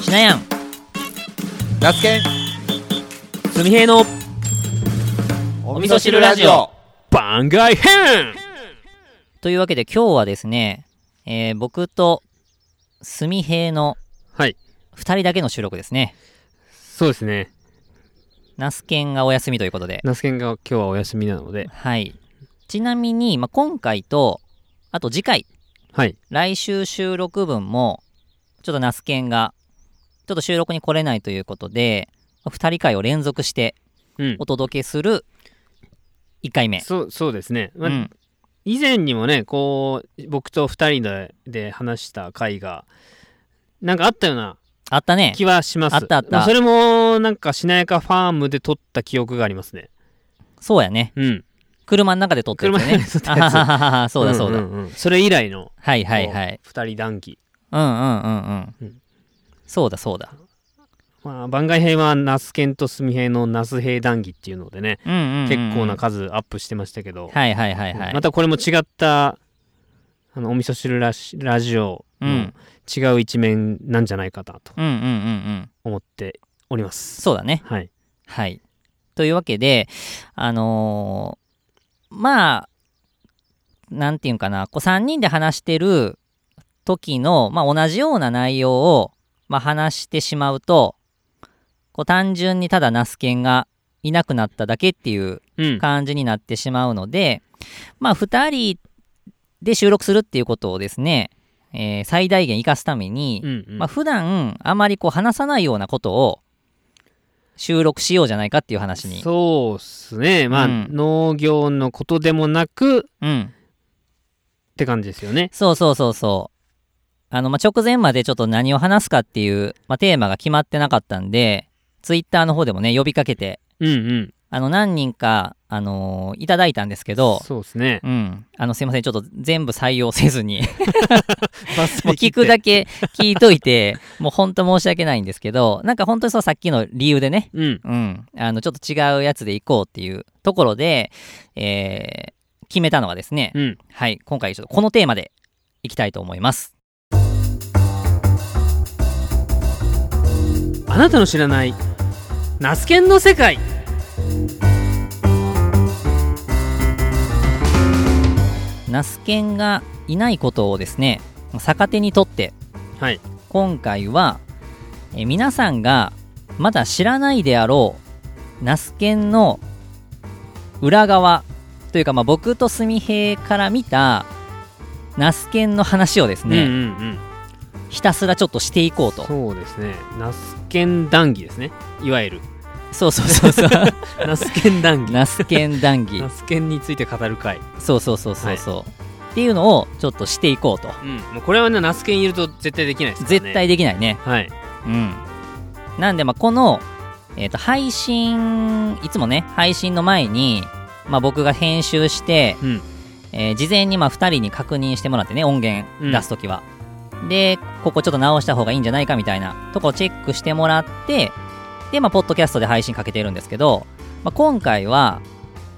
しなやんラスケンすみへいのお味噌汁ラジオ番外編というわけで今日はですね、えー僕とすみへいのはい。 2人だけの収録ですねそうですね。ナスケンがお休みということでナスケンが今日はお休みなので。はいちなみに、まあ、今回とあと次回はい。来週収録分もちょっとナスケンがちょっと収録に来れないということで2人会を連続してうんお。届けする1回目、そう、そうですね。まうあん、以前にもね、こう、僕と二人でで話した回が、なんかあったようなあったね気はします。あったあったまそれも、なんか、しなやかファームで撮った記憶がありますね。そうやねうん。車の中で撮ってるやつね車の中で撮ったあやつはははは そうだそうだ、んんんそれ以来の、はいはいはいこう。二人談義。うんうんうんうん、うんそうだそうだまあ、番外編は、ナスケンとスミヘイのナスヘイ談義っていうのでね、うんうんうん、結構な数アップしてましたけど、はいはいはいはい、またこれも違ったあのお味噌汁ラジラジオうのん違う一面なんじゃないかなとうんうんうんうん思っております。そうだねはい、はい。というわけで、あのーまあ、なんていうんかな、こう3人で話してる時の、まあ、同じような内容を、まあ、話してしまうと、こう単純にただナスケンがいなくなっただけっていううん、感じになってしまうので、まあ、2人で収録するっていうことをですね、えー最大限活かすために、うんうんまあ、普段あまりこう話さないようなことを収録しようじゃないかっていう話にう,、そうっすねまあ、うん農業のことでもなくっん、て感じですよね。そうそうそうそうあの、まあ、直前までちょっと何を話すかっていう、まあ、テーマが決まってなかったんでツイッターの方でもね呼びかけてうんうん。あの何人か、あのーいただいたんですけどそうっす ね。うん、あのすいませんちょっと全部採用せずにバッサもうリ切聞ってくだけ聞いといて もうほんと申し訳ないんですけどなんか本当にそうさっきの理由でねうんうん、あのちょっと違うやつで行こうっていうところで、えー決めたのがですね、うん。はい、今回ちょっとこのテーマでいきたいと思います。あなたの知らないナスケンの世界ナスケンがいないことをですね逆手にとってはい。今回は、えー皆さんがまだ知らないであろうナスケンの裏側というか、まあ、僕とすみへいから見たナスケンの話をですね、うんうんうん。ひたすらちょっとしていこうとそうですね。ナスケン談義ですね。いわゆ る。そうそうそうそうナスケン 談義。ナスケン談義ナスケンについて語る会。そうそうそうそうそう、っていうのをちょっとしていこうとうん、もうこれはね、ナスケンいると絶対できないですからね。絶対できないねはい。うんなんでまあこの、えー、と配信いつもね配信の前に、まあ、僕が編集して、うん。えー事前にまあ2人に確認してもらってね音源うん出す時は、でここちょっと直した方がいいんじゃないかみたいなとこをチェックしてもらってでまあポッドキャストで配信かけてるんですけど、まあ、今回は、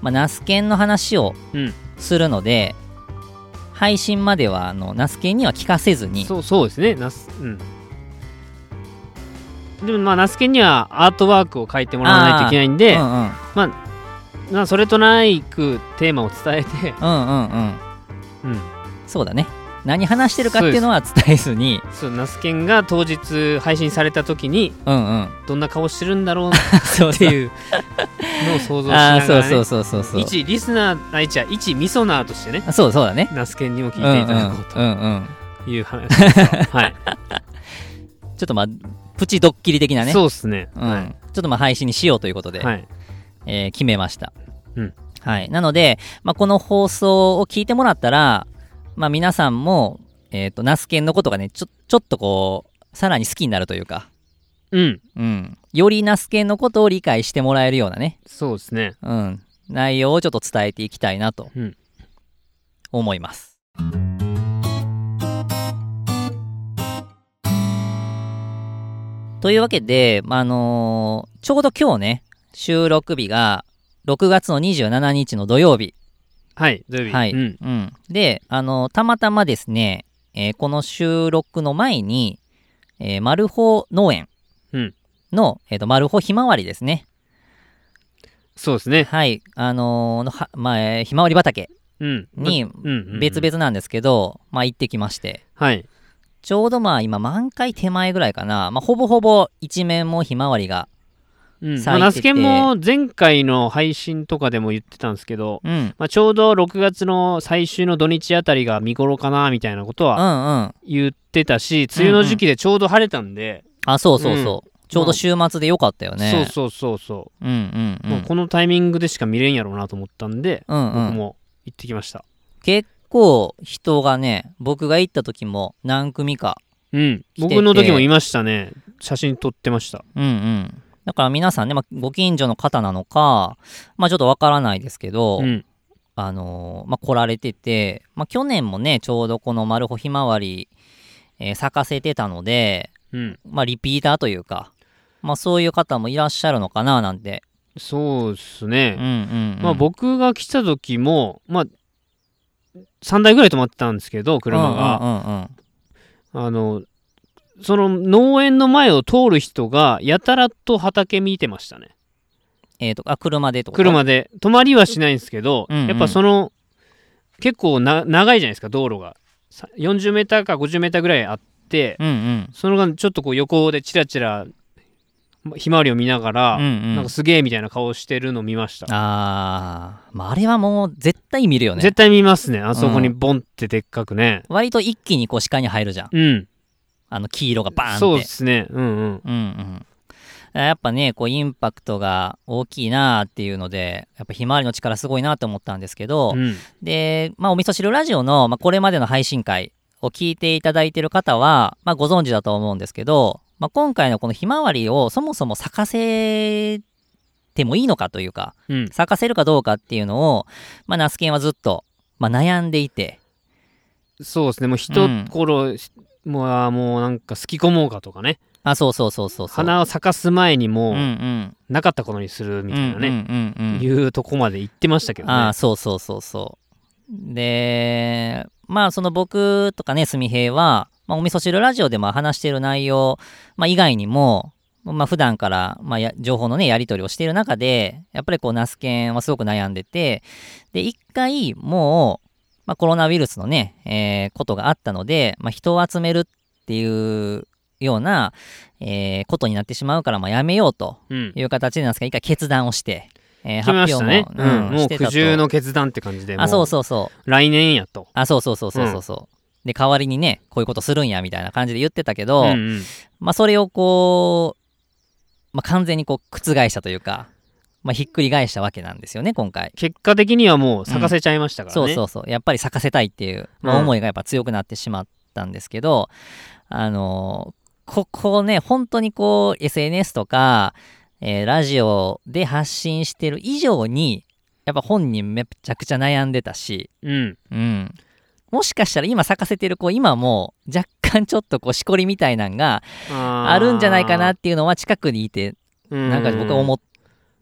まあ、ナスケンの話をうん。するので配信まではあのナスケには聞かせずにそう、そうですね。ナス、うん。でもまあ、ナスケンにはアートワークを書いてもらわないといけないんで、うんうんまあ、それとないくテーマを伝えて、うんうんうんうん。そうだね何話してるかっていうのは伝えずに そう、ナスケンが当日配信された時に、うんうんどんな顔してるんだろうそうってそう いうのを想像しあながら、あね、そうそうそうそうそう一リスナー、あ、一や、一ミソナーとしてね、あそうそうだねナスケンにも聞うんういていただんこうんうんうという話ですよ はい。ちょっとまあプチドッキリ的なねそうですね。うんちょっとまあ配信にしようということで、はい。えー決めました、うんはい、なので、まあ、この放送を聞いてもらったら、まあ、皆さんも、えー、とナスケンのことがねちょちょっとこうさらに好きになるというかうん。うん、よりナスケンのことを理解してもらえるようなね、そうですね。うん、内容をちょっと伝えていきたいなとうん思います。というわけで、まああのーちょうど今日ね収録日が6月の27日の土曜日、はい、土曜日。はいうん。うんで、あのーたまたまですね、えーこの収録の前に、えーマルホ農園うんの、えーとマルホひまわりですね。そうですね。はい。あのーのは、まあ、えーひまわり畑うん。にうんうんうん別。々なんですけど、まあ、行ってきまして。はい。ちょうどまあ今満開手前ぐらいかな。まあほぼほぼ一面もひまわりが。うん。咲いててまあ、ナスケンも前回の配信とかでも言ってたんですけど、うん。まあ、ちょうど6月の最終の土日あたりが見頃かなみたいなことうんはうん。言ってたし、梅雨の時期でちょうど晴れたんで、あ、そうそうそう。ちょうど週末でよかったよね。。そうそうそうそんううう、んう。もうんこのタイミングでしか見れんやろうなと思ったんで、うんう僕ん。も行ってきました。結構人がね、僕が行った時も何組か。うん。てて僕の時もいましたね。写真撮ってました。うんうん。だから皆さんね、まあ、ご近所の方なのか、まあちょっとわからないですけど、うん。あのーまあ、来られてて、まあ、去年もね、ちょうどこのマルホひまわり、えー咲かせてたので、うん。まあ、リピーターというか、まあ、そういう方もいらっしゃるのかななんて。そうですうんね。うん、うん。まあ僕が来た時も、まあ、3台ぐらい止まってたんですけど、車が。うんうんうんうんあの、その農園の前を通る人が、やたらと畑見てましたね。えっ、と、あ、車でってこと。車で。止まりはしないんですけど、うんうんやっぱその、結構な長いじゃないですか、道路が。さ40メーターか50メーターぐらいあって、うんうん。その間ちょっとこう横でチラチラ、ひまわりを見ながら、うんうんなんかすげえみたいな顔してるの見ました。あー、まあ、あれはもう絶対見るよね。絶対見ますね、あそこにうボンってでっかくね。割と一気にこう視界に入るじゃん。うん。あの黄色がバーンって。そうですね。うんうん。うんうん。やっぱね、こうインパクトが大きいなっていうので、やっぱひまわりの力すごいなと思ったんですけど、うん、で、まあ、お味噌汁ラジオの、まあ、これまでの配信会を聞いていただいてる方は、まあ、ご存知だと思うんですけど、まあ、今回のこのひまわりをそもそも咲かせてもいいのかというか、うん咲かせるかどうかっていうのを、まあ、ナスケンはずっと、まあ、悩んでいて、そうですね。もう一頃、もうあーもうなんかすき込もうかとかね。あ、そうそうそうそうそう。花を咲かす前にもうんう。うんなかったことにするみたいなね。うんうんうんうんいうとこまで行ってましたけどね。ああそうそうそうそうでまあその僕とかねすみへいは、まあ、お味噌汁ラジオでも話している内容、まあ、以外にもまあ普段から、まあ、や情報のねやり取りをしている中でやっぱりこうナスケンはすごく悩んでてで一回もう、まあ、コロナウイルスのね、えーことがあったので、まあ、人を集めるっていうような、えーことになってしまうから、まあ、やめようとうん。いう形でなんですが一回決断をして、えー決めましたね。発う表ん。も、もうしてた苦と渋の決断って感じで。あそうう。そうそう来年やと。あそうそうそうそうそうそう、で代わりにねこういうことするんやみたいな感じで言ってたけど、うんうんまあそれをこう、まあ、完全にこう覆したというか、まあ、ひっくり返したわけなんですよね今回結果的にはもう咲かせちゃいましたからね。そうそうそうやっぱり咲かせたいっていう、まあ、うん思いがやっぱ強くなってしまったんですけど、あのーここね本当にこう SNS とか、えーラジオで発信してる以上にやっぱ本人めちゃくちゃ悩んでたし、うん。うん、もしかしたら今咲かせてる子今も若干ちょっとこうしこりみたいなんがああるんじゃないかなっていうのは近くにいてななんか僕は思っ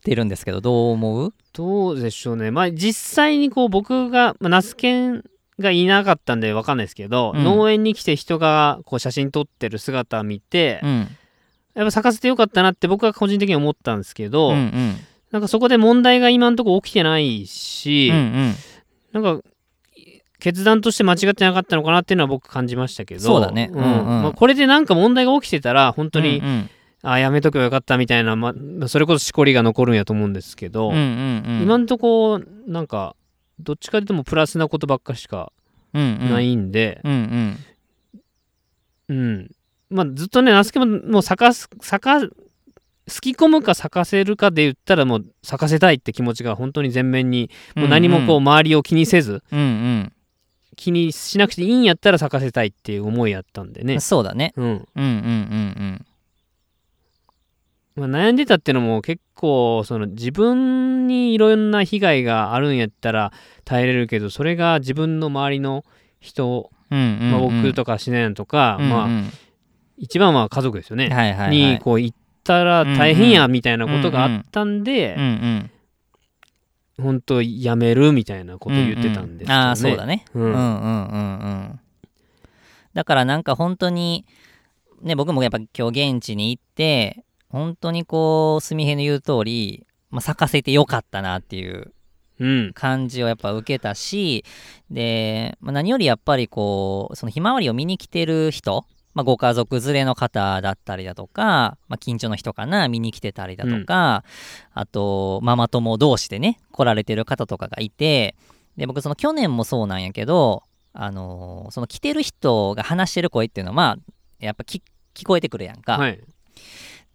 てるんですけどどう思うどうでしょうね。まあ実際にこう僕が、まあ、ナスケンがいなかったんでわかんないですけど、うん農園に来て人がこう写真撮ってる姿を見て、うんやっぱ咲かせてよかったなって僕は個人的に思ったんですけうんど、うんなんかそこで問題が今のところ起きてないし、うんうんなんか決断として間違ってなかったのかなっていうのは僕感じましたけどそうだねうんうんうんまあ、これでなんか問題が起きてたら本当に、うんうんあやめとけばよかったみたいな、まあ、それこそしこりが残るんやと思うんですけど、うんうんうん今んとこなんかどっちかでもプラスなことばっかしかうんうんないんで、うんうんうんまあ、ずっとねナスケももう咲かす咲かすき込むか咲かせるかで言ったらもう咲かせたいって気持ちが本当に前面にもう何もこう周りを気にせずうんうん気にしなくていいんやったら咲かせたいっていう思いやったんでね、そうだねうんうんうんうんまあ、悩んでたってのも結構その自分にいろんな被害があるんやったら耐えれるけどそれが自分の周りの人、うんうんうんまあ、僕とかシネンとか、うんうんまあ、一番は家族ですよね、はいはいはいにこう行ったら大変やみたいなことがあったんで、うんうん本当やめるみたいなことを言ってたんでううすよね。ああそうだねうんうんうんうんうんだからなんか本当にね、僕もやっぱ今日現地に行って、本当にこう、すみへの言う通り、まあ、咲かせてよかったなっていううん感じをやっぱ受けたし、で、まあ、何よりやっぱりこう、そのひまわりを見に来てる人、まあ、ご家族連れの方だったりだとか、まあ、近所の人かな、見に来てたりだとか、あと、ママ友同士でね、来られてる方とかがいて、で、僕その去年もそうなんやけど、あのーその来てる人が話してる声っていうのは、まあ、やっぱ聞聞こえてくるやんか。はい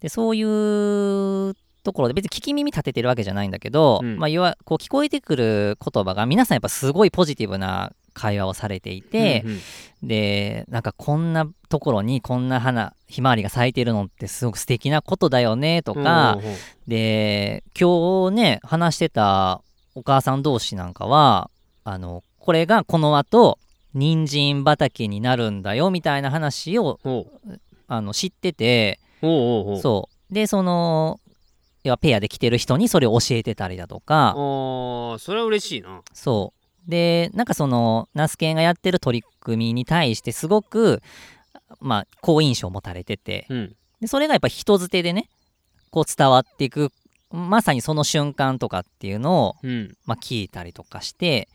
でそういうところで別に聞き耳立ててるわけじゃないんだけど、うんまあ、要はこう聞こえてくる言葉が皆さんやっぱすごいポジティブな会話をされていて、うんうんでなんかこんなところにこんな花ひまわりが咲いてるのってすごく素敵なことだよねとか、うんうんうんで今日ね話してたお母さん同士なんかはあのこれがこの後人参畑になるんだよみたいな話をおうあの知ってておうおうおうそうでその要はペアで来てる人にそれを教えてたりだとかあーそれは嬉しいなそうでなんかそのナスケンがやってる取り組みに対してすごくまあ好印象を持たれててうんでそれがやっぱ人づてでねこう伝わっていくまさにその瞬間とかっていうのをうんまあ、聞いたりとかして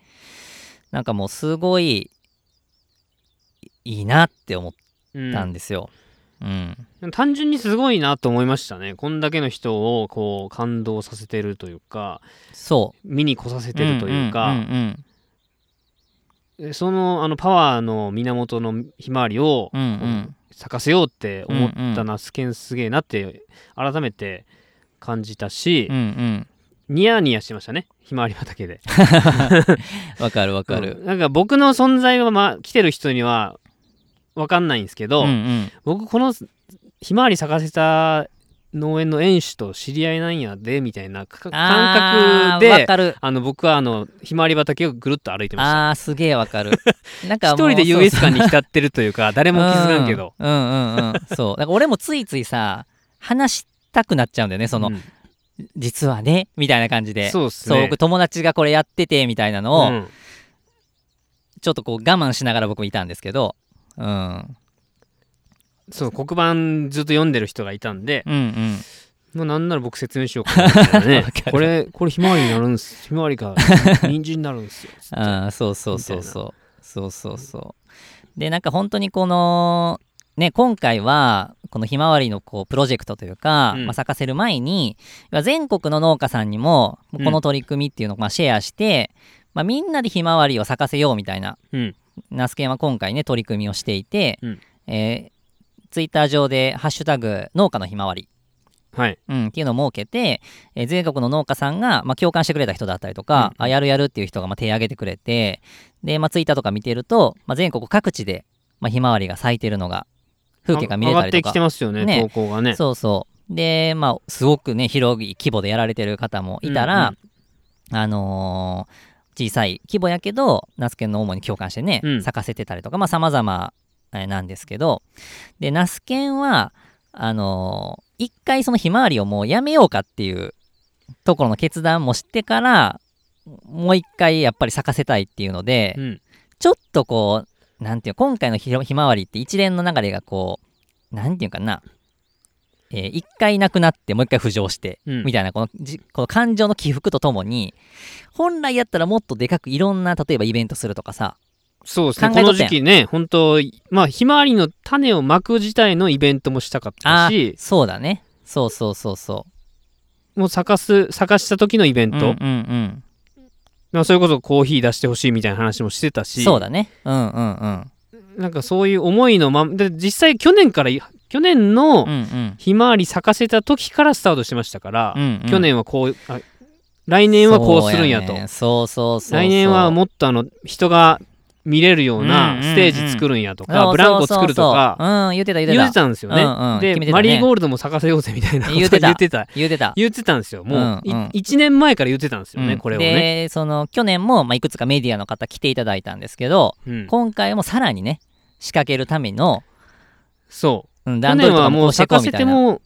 なんかもうすごいいいなって思っうんたんですよ。うん単純にすごいなと思いましたねこんだけの人をこう感動させてるというかそ見に来させうてるというか、んんうんえそのあのパワーの源のひまわりを、うんうんうん咲かせようって思っうんうたんナスケンすげえなって改めて感じたしう、んニヤニヤしてましたねひまわり畑で。うん。わかるわかる。うんなんか僕の存在は、まあ、来てる人には分かんないんですけど、うんうん。僕このひまわり咲かせた農園の園主と知り合いなんやでみたいなか感あー覚でわかる。あの僕はあのひまわり畑をぐるっと歩いてました。ああ、すげえわか る。なんか一もう人で優越感にそう浸ってるというか誰そうも気づかんけど。うんうんうんうん。そう。だから俺もついついさ、話したくなっちゃうんだよね、その、うん実はね、みたいな感じで。そうっすね僕友達がこれやってて、みたいなうのを、んちょっとこう我慢しながら僕もいたんですけど、うん。うんそう黒板ずっと読んでる人がいたんで、うん。もうなんなら僕説明しようかなみたいな わねかるこれこれひまわりになるんですひまわ りか人参になるんですよああ そうそうそうそうそうそうそうでなんか本当にこのね今回はこのひまわりのこうプロジェクトというか、うんまあ、咲かせる前にまあ全国の農家さんにもこうんの取り組みっていうのをまあシェアして、まあ、みんなでひまわりを咲かせようみたいなうんナスケンは今回ね取り組みをしていて、うんえツイッター Twitter 上で「ハッシュタグ農家のひまわり」はいうん、っていうのを設けて、えー全国の農家さんが、まあ、共感してくれた人だったりとか、うんあやるやるっていう人が、まあ、手を挙げてくれてで、まあ、ツイッターとか見てると、まあ、全国各地で、まあ、ひまわりが咲いてるのが風景が見れた上がりってときかてますよねね投稿がねそうそうで、まあ、すごくね広い規模でやられてる方もいたら、あのー小さい規模やけどナスケンの主に共感してね、うん咲かせてたりとかまあ様々えーなんですけどでナスケンはあのー一回そのひまわりをもうやめようかっていうところの決断もしてからもう一回やっぱり咲かせたいっていうので、うんちょっとこう、なんていうの今回のひろひまわりって一連の流れがこう、なんていうかな、えー一回なくなって、もう一回浮上して、うんみたいな、このじこの感情の起伏とともに、本来やったらもっとでかくいろんな、例えばイベントするとかさ、そうですね考こえとのったや時ん期ね本当まあひまわりの種をまく自体のイベントもしたかったあしそうだね。そうそうそうそもう咲かす咲かした時のイベう。ント、うんうんまあ、それこそコーヒー出してほしいみたいな話もしてうたん。しそうだね。うんうんうん。なんかそういう思いのままで実際去年から去年のうんうん。ひまわり咲かせた時からスタートしてましたから、うんうん去年はこうあ来年はこうするんやとそうねそうそうそうそう。来年はもっとあの人が見れるよううんうんうなんステージ作るんやとそうそうか、そうブランコ作るとかうん、言ってた言って言た。ってたんですよね。うんうんで、決めてたねマリーゴールドも咲かせようぜみたいなこと言ってた言ってた言ってた。言ってたんですよ。もうい、うんうん1年前から言ってたんですよね、うんこれをね。でその去年も、まあ、いくつかメディアの方来ていただいたんですけど、うん今回もさらにね仕掛けるための、そう。うん、去段取年りとかはももううして咲こかうみせたていなも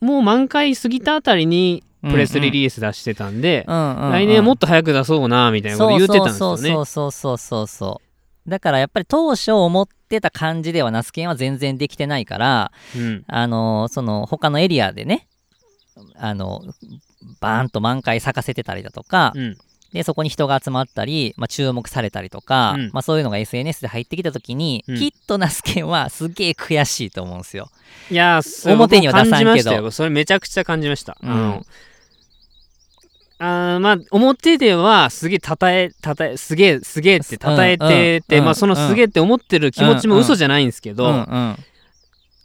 もう満開過ぎたあたりにプレスリリース出してたんで、来年はもっと早く出そうなみたいなこと言ってたんですよね。そうそうそうそうそうそうそうだからやっぱり当初思っってた感じではナスケンは全然できてないからうんあのその他のエリアでねあのバーンと満開咲かせてたりだとか、うんでそこに人が集まったり、まあ、注目されたりとか、うんまあ、そういうのが SNS で入ってきた時に、うんきっとナスケンはすげえ悔しいと思うんですよ。いやーそう表には出さんけど感じましたよそれめちゃくちゃ感じました、うんあのあーまあ表ではすげえたたえたたえすげえすげえってたたえてて、うんうんまうあんそのすげえって思ってる気持ちも嘘じゃないんですけど、うんうん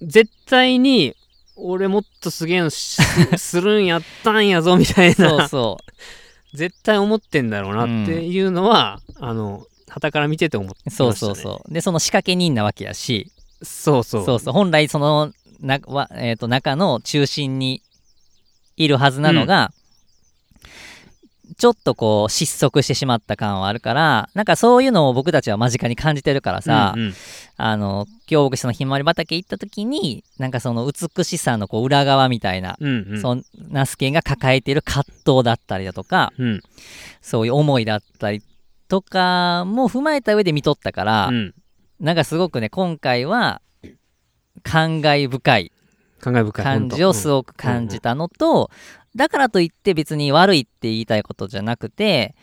絶対に俺もっとすげえのしするんやったんやぞみたいそうなそ 絶対思ってんだろうなっていうのは、あの旗から見てて思ってうました、そうね、そうそう。でその仕掛け人なわけやしそうそうそうそう本来そのなわ、えー、と中の中心にいるはずなのが、ちょっとこう失速してしまった感はあるからなんかそういうのを僕たちは間近に感じてるからさ、うんうんあの今日僕そのひまわり畑行った時になんかその美しさのこう裏側みたいな、うんうんそんナスケンが抱えてる葛藤だったりだとかうんそういう思いだったりとかも踏まえた上で見とったから、うんなんかすごくね今回は感慨深い感慨深い感じをすうごく感じたのと、だからといって別に悪いって言いたいことじゃなくて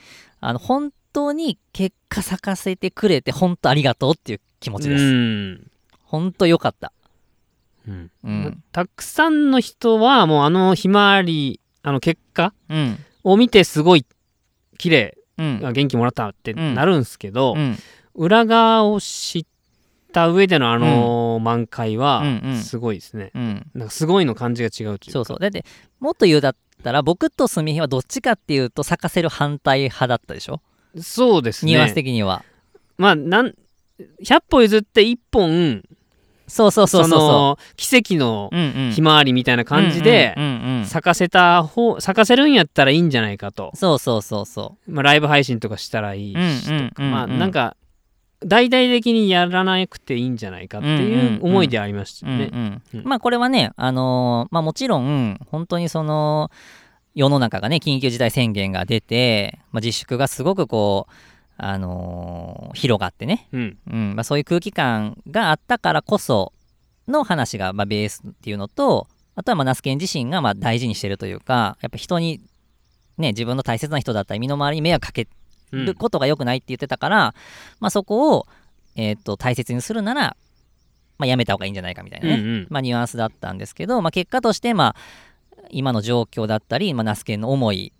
あの本当に結果咲かせてくれて本当ありがとうっていう気持ちです、ん本当良かった、うんうんたくさんの人はもうあのひまわりあの結果うんを見てすごい綺麗うんあ元気もらったってなるんすけど、うん裏側を知った上でのあの満開はうんうんすごいですね、うんなんかすごいの感じが違うというかそうそうだってもっと言うだったら僕とすみへはどっちかっていうと咲かせる反対派だったでしょそうですねニュアンス的には、まあなん100歩譲って1本そうそうそうそそうその奇跡のううんうんひまわりみたいな感じでうんうんうんうん咲かせた方咲かせるんやったらいいんじゃないかとそうそうそうそうまあ、ライブ配信とかしたらいいしとうか、んうんうんうんまあなんか大々的にやらなくていいんじゃないかっていう思いでありましたよね。うんうんうんまあこれはね、あのーまあ、もちろん本当にその世の中がね緊急事態宣言が出て、まあ、自粛がすごくこう、あのー広がってね、うんうんまあ、そういう空気感があったからこその話が、まあ、ベースっていうのとあとはまあナスケン自身がまあ大事にしてるというかやっぱ人に、ね、自分の大切な人だったり身の回りに迷惑かけうんることが良くないって言ってたから、まあ、そこを、えー、と大切にするなら、まあ、やめた方がいいんじゃないかみたいなうね、んうんまあ、ニュアンスだったんですけど、まあ、結果として、まあ、今の状況だったり、まあ、ナスケンの思い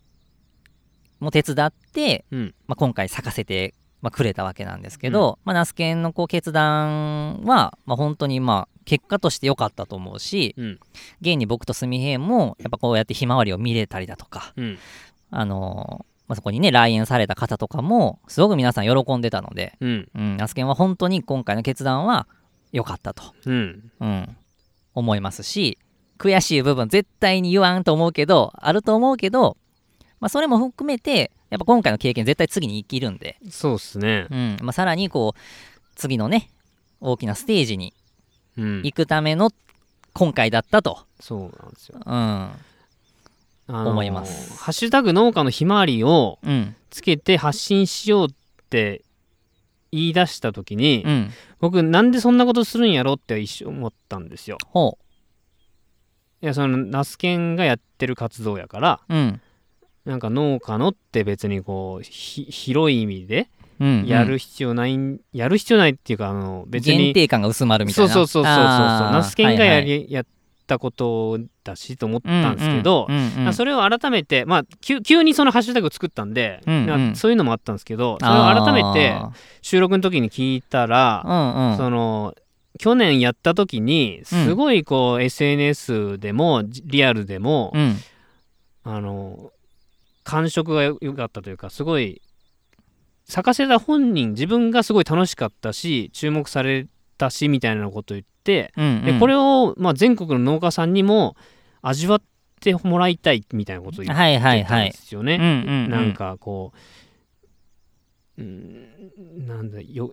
も手伝って、うんまあ、今回咲かせて、まあ、くれたわけなんですけど、まあ、ナスケンのこう決断は、まあ、本当にまあ結果として良かったと思うし、うん現に僕とスミヘイもやっぱこうやってひまわりを見れたりだとか、うんあのまあ、そこにね来園された方とかもすごく皆さん喜んでたので、うんうん、ナスケンは本当に今回の決断は良かったと、うんうん、思いますし悔しい部分絶対に言わんと思うけどあると思うけど、まあ、それも含めてやっぱ今回の経験絶対次に生きるんで、そうっすね。うんまあ、さらにこう次のね大きなステージにうん、行くための今回だったと、そうなんですうよ。んあのー思いますハッシュタグ農家のひまわりをうんつけて発信しようって言い出した時に、うん、僕なんでそんなことするんやろって一瞬思ったんですよ。ほいやそのナスケンがやってる活動やからう、うんなんか農家のって別にこうひ広い意味でうん、やる必要ない、やる必要ないっていうかあの別に限定感が薄まるみたいなそうそうそうそうそうあーナスケンがやり、はいやったことだしと思っはいたんですけど、うんうんうんうんまあそれを改めて、まあ、急急にそのハッシュタグ作ったんで、うんうんなんかそういうのもあったんですけどそれを改めてあ収録の時に聞いたら、ーうんうんその去年やった時にすごいこう、SNS でもリアルでも、うんあの感触が良かったというかすごい咲かせた本人自分がすごい楽しかったし注目されたしみたいなことを言って、うんうんでこれを、まあ、全国の農家さんにも味わってもらいたいみたいなことを言っはいはいてたはんでいすよね。うんうんうんなんかこう、うん、なんだよ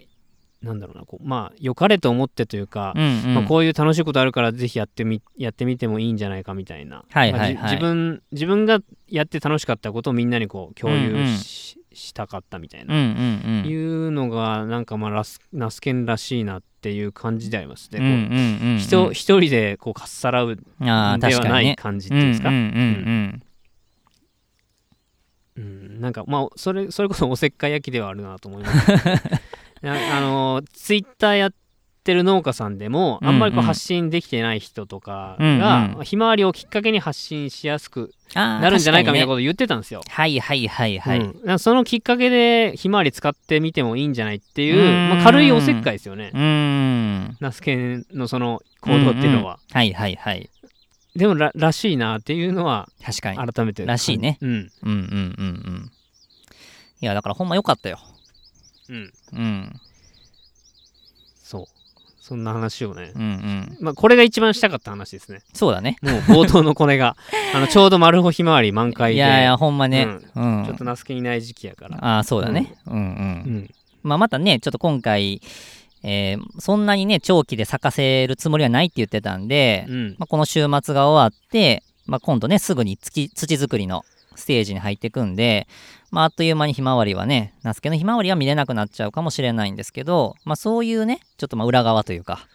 なんだろうなこうまあ良かれと思ってというか、うんうんまあ、こういう楽しいことあるからぜひやってみやってみてもいいんじゃないかみたいな、はいはいはいまあじ自分自分がやって楽しかったことをみんなにこう共有し,、したかったみたいうんうな、いんうのがなんかまあラスナスケンらしいなっていう感じでありますうね。ん。うこんううんうんうんひと一人でこうかっさらうであはあ、確かなにいね。感じっうてんいううんですか、ううんんなんかまあそれそれこそおせっかい焼きではあるなと思います、 ね、なあのツイッターやってる農家さんでもあんまりうこううんん発信できてない人とかうんうがんひまわりをきっかけに発信しやすくうん。ああ、なるんじゃないかみた確にいなねことを言ってたんですよ。はいはいはいはい。うんなんかそのきっかけでひまわり使ってみてもいいんじゃないっていううーんまあ、軽いおせっかいですよねうーん。ナスケンのその行動っていうのは、んんはいはいはい。でもららしいなっていうのは確かに。改めて、らしいねうんうんうんうんうん。いや、だからほんま良かったよ。うんうん。そうそんな話をねうんうん。まあこれが一番したかった話ですねそうだね。もう冒頭のこれ があのちょうど丸穂ひまわり満開でいやいや、ほんまね。うん。ちょっとナスケンいない時期やから、ああ、そうだね。うんうんう。ん、まあ、またね、ちょっと今回、えーそんなにね、長期で咲かせるつもりはないって言ってたんで、うんまあ、この週末が終わって、まあ、今度ね、すぐに土土作りのステージに入っていくんで、まあ、あっという間にひまわりはね、ナスケのひまわりは見れなくなっちゃうかもしれないんですけど、まあ、そういうね、ちょっとまあ裏側というか、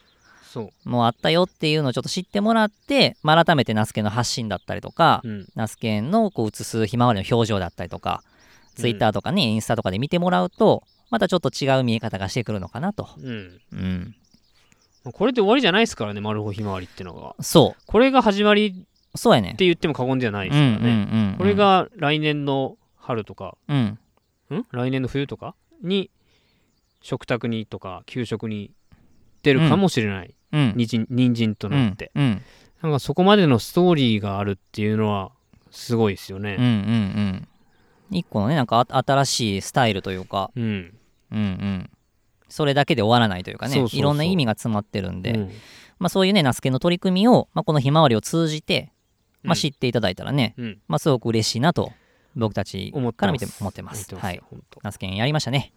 そもうあったよっていうのをちょっと知ってもらって、まあ、改めてナスケの発信だったりとかう、、うん、ナスケンのこう映すひまわりの表情だったりとか、うんツイッターとかね、インスタとかで見てもらうと、またちょっと違う見え方がしてくるのかなと。うんうん。これで終わりじゃないですからね丸穂ひまわりってのがそこれが始まりう。そうやねっ。て言っても過言ではないでうすんかうんらね、うんうん。これ、が来年の春とか、うん。ん来年の冬とかに食卓にとか給食に出るかもしれない、うん。にじん人参となって、うん。うん。なんかそこまでのストーリーがあるっていうのはすごいですようんうんね。うん。一個のね、なんかあ新しいスタイルというか、うん、うんうん。それだけで終わらないというかね、そうそうそういろんな意味が詰まってるんで、うんまあそういうね、ナスケの取り組みを、まあこのひまわりを通じて、まあうん知っていただいたらね、うんまあすごく嬉しいなと、僕たち思ってからま見てすも思ってます。思はよい。本当ナスケンやりましたね。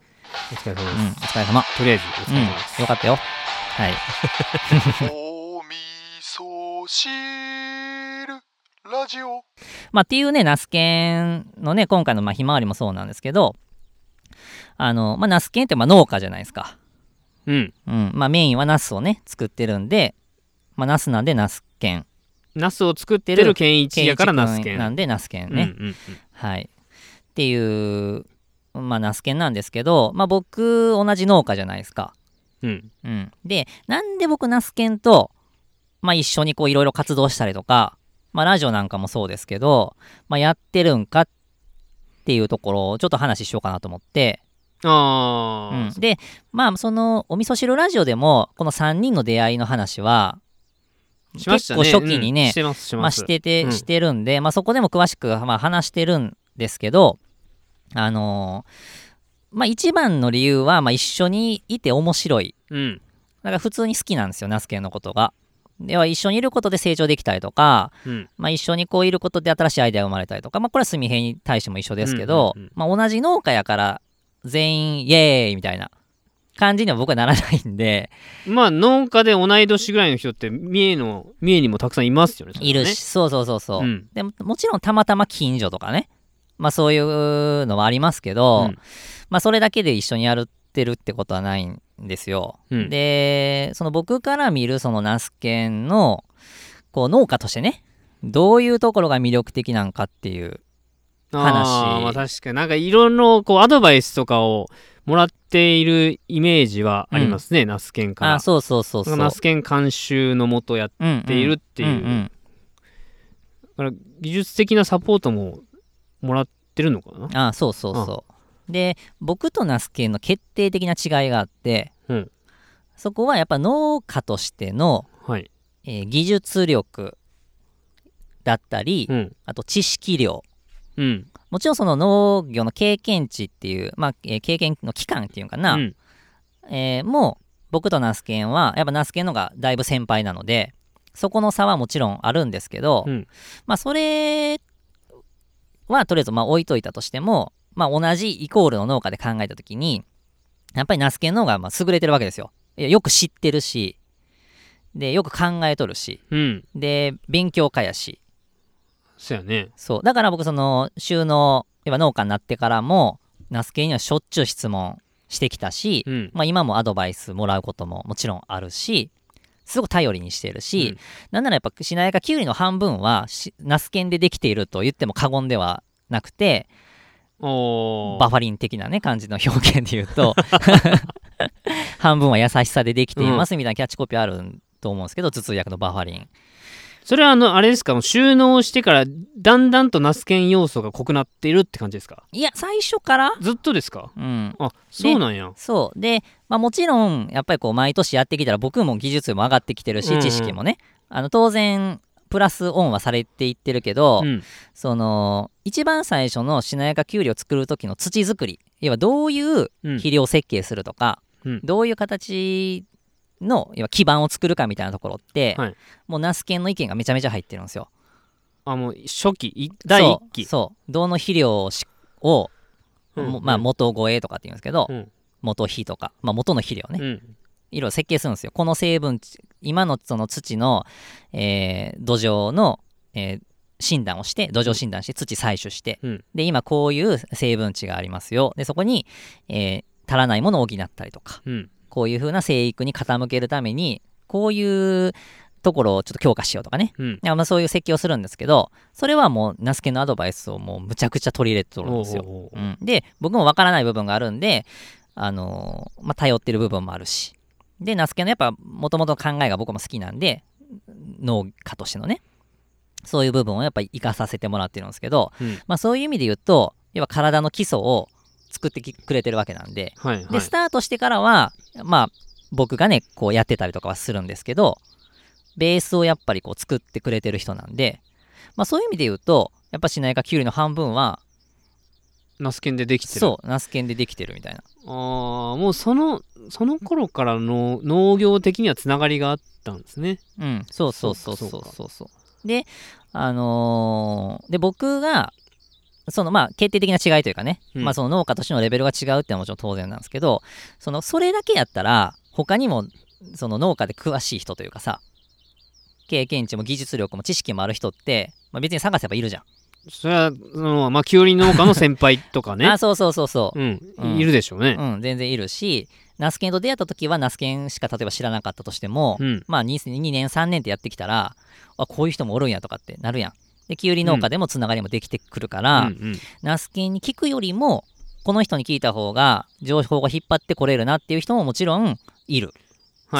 お疲れ様うでん、すお、疲れ様。とりあえずおう疲ん、れよ様です、かったよ。はい。お味噌汁ラジオまあ、っていうね、ナスケンのね、今回のまあひまわりもそうなんですけど、あの、まあ、ナスケンってまあ農家じゃないですか。うんうん。まあ、メインはナスをね、作ってるんで、まあ、ナスなんでナスケン。ナスを作ってる健一やからナスケケンン一なんでナスケンね。うんうんはい。っていう、まあ、ナスケンなんですけど、まあ、僕、同じ農家じゃないですか。うんうんうん。で、なんで僕、ナスケンと、まあ、一緒にこう、いろいろ活動したりとか、まあ、ラジオなんかもそうですけど、まあ、やってるんかっていうところをちょっと話ししようかなと思って、あうあ、ん、で、まあ、その、お味噌汁ラジオでも、この3人の出会いの話は、しましたね結構初期にうんねしてますしてまあ、ますしてて、うんしてるんで、まあ、そこでも詳しく、まあ、話してるんですけど、あのーまあ、一番の理由は、まあ、一緒にいて面白いうんなんか普通に好きなんですよ、ナスケのことが。では一緒にいることで成長できたりとか、うんまあ、一緒にこういることで新しいアイデアが生まれたりとか、まあ、これは純平に対しても一緒ですけど、うんうんうんまあ、同じ農家やから全員イエーイみたいな感じには僕はならないんで、まあ農家で同い年ぐらいの人って三重の三重にもたくさんいますよね。それいはねるし、。そうそうそうそう、うんでももちろんたまたま近所とかね、まあ、そういうのはありますけど、うんまあ、それだけで一緒にやるってるってことはないんですよ。うんでその僕から見るそのナスケンのこう農家としてねどういうところが魅力的なんかっていうあー話まあ確かになんかいろんなこうアドバイスとかをもらっているイメージはありますね、ナスケンから。あそうそうそうそうナスケン監修のもとやっうんうんているっていう。うんうんだから技術的なサポートももらってるのかな。あそうそうそうで僕とナスケンの決定的な違いがあって、うんそこはやっぱ農家としての、はい。えー技術力だったり、うん。あと知識量うん。もちろんその農業の経験値っていう、まあえー経験の期間っていうのかな、うんえーもう僕とナスケンはやっぱナスケンの方がだいぶ先輩なのでそこの差はもちろんあるんですけど、うんまあそれはとりあえずまあ置いといたとしても、まあ、同じイコールの農家で考えた時にやっぱりナスケンの方がまあ優れてるわけですよ。いやよく知ってるしでよく考えとるしうん。で勉強家やしそうやね。そうだから僕その収納やっぱ農家になってからもナスケにはしょっちゅう質問してきたし、うんまあ、今もアドバイスもらうことももちろんあるしすごく頼りにしてるし、うんなんならやっぱしなやかきゅうりの半分はしナスケンでできていると言っても過言ではなくておーバファリン的なね感じの表現で言う と半分は優しさでできていますみたいなキャッチコピーあると思うんですけど、頭痛薬のバファリンそれはあのあれですかもう収納してからだんだんとナスケン要素が濃くなっているって感じですかいや最初からずっとですかうんあそうなんやそうで、まあ、もちろんやっぱりこう毎年やってきたら僕も技術も上がってきてるうんうしん知識もね、あの当然プラスオンはされていってるけど、うんその一番最初のしなやかきゅうりを作る時の土作り要はどういううん肥料設計するとか、うんどういう形の要は基盤を作るかみたいなところって、はいもうナスケンの意見がめちゃめちゃ入ってるんですよ。あもう初期い第一期そうそうどの肥料をしを、うんもまあ、元肥とかって言うんですけど、うん元肥とか、まあ、元の肥料ね、うんいろいろ設計するんですよ。この成分、今のその土の、えー土壌の、えー診断をして、土壌診断して、土採取して、うんで、今こういう成分値がありますよ。で、そこに、えー足らないものを補ったりとか、うんこういう風な生育に傾けるために、こういうところをちょっと強化しようとかね。うんいやまあそういう設計をするんですけど、それはもう、ナスケのアドバイスをもうむちゃくちゃ取り入れてるんですよ。おーうん、で僕もわからない部分があるんで、あのーまあ、頼ってる部分もあるしでナスケのやっぱもともと考えが僕も好きなんで農家としてのねそういう部分をやっぱ生かさせてもらってるんですけど、うんまあ、そういう意味で言うと要は体の基礎を作ってきくれてるわけなんではいはでいスタートしてからはまあ僕がねこうやってたりとかはするんですけどベースをやっぱりこう作ってくれてる人なんで、まあ、そういう意味で言うとやっぱしなやかきゅうりの半分はナスケンでできてるそうナスケンでできてるみたいなああもうそのその頃からの農業的にはつながりがあったんですねうんそうそうそそううかそうそうかそうそうであのーで僕がそのまあ決定的な違いというかね、うんまあその農家としてのレベルが違うってのはもちろん当然なんですけどそのそれだけやったら他にもその農家で詳しい人というかさ経験値も技術力も知識もある人って、まあ、別に探せばいるじゃん、それはそのまあキュウリ農家の先輩とか ねあそうそうそうそう、うん、うんいるでしょうねうん、全然いるしナスケンと出会った時はナスケンしか例えば知らなかったとしても、うんまあ、2, 2年3年ってやってきたらあこういう人もおるんやとかってなるやんできゅうり農家でもつながりもできてくるから、うんうんナスケに聞くよりもこの人に聞いた方が情報が引っ張ってこれるなっていう人ももちろんいる、は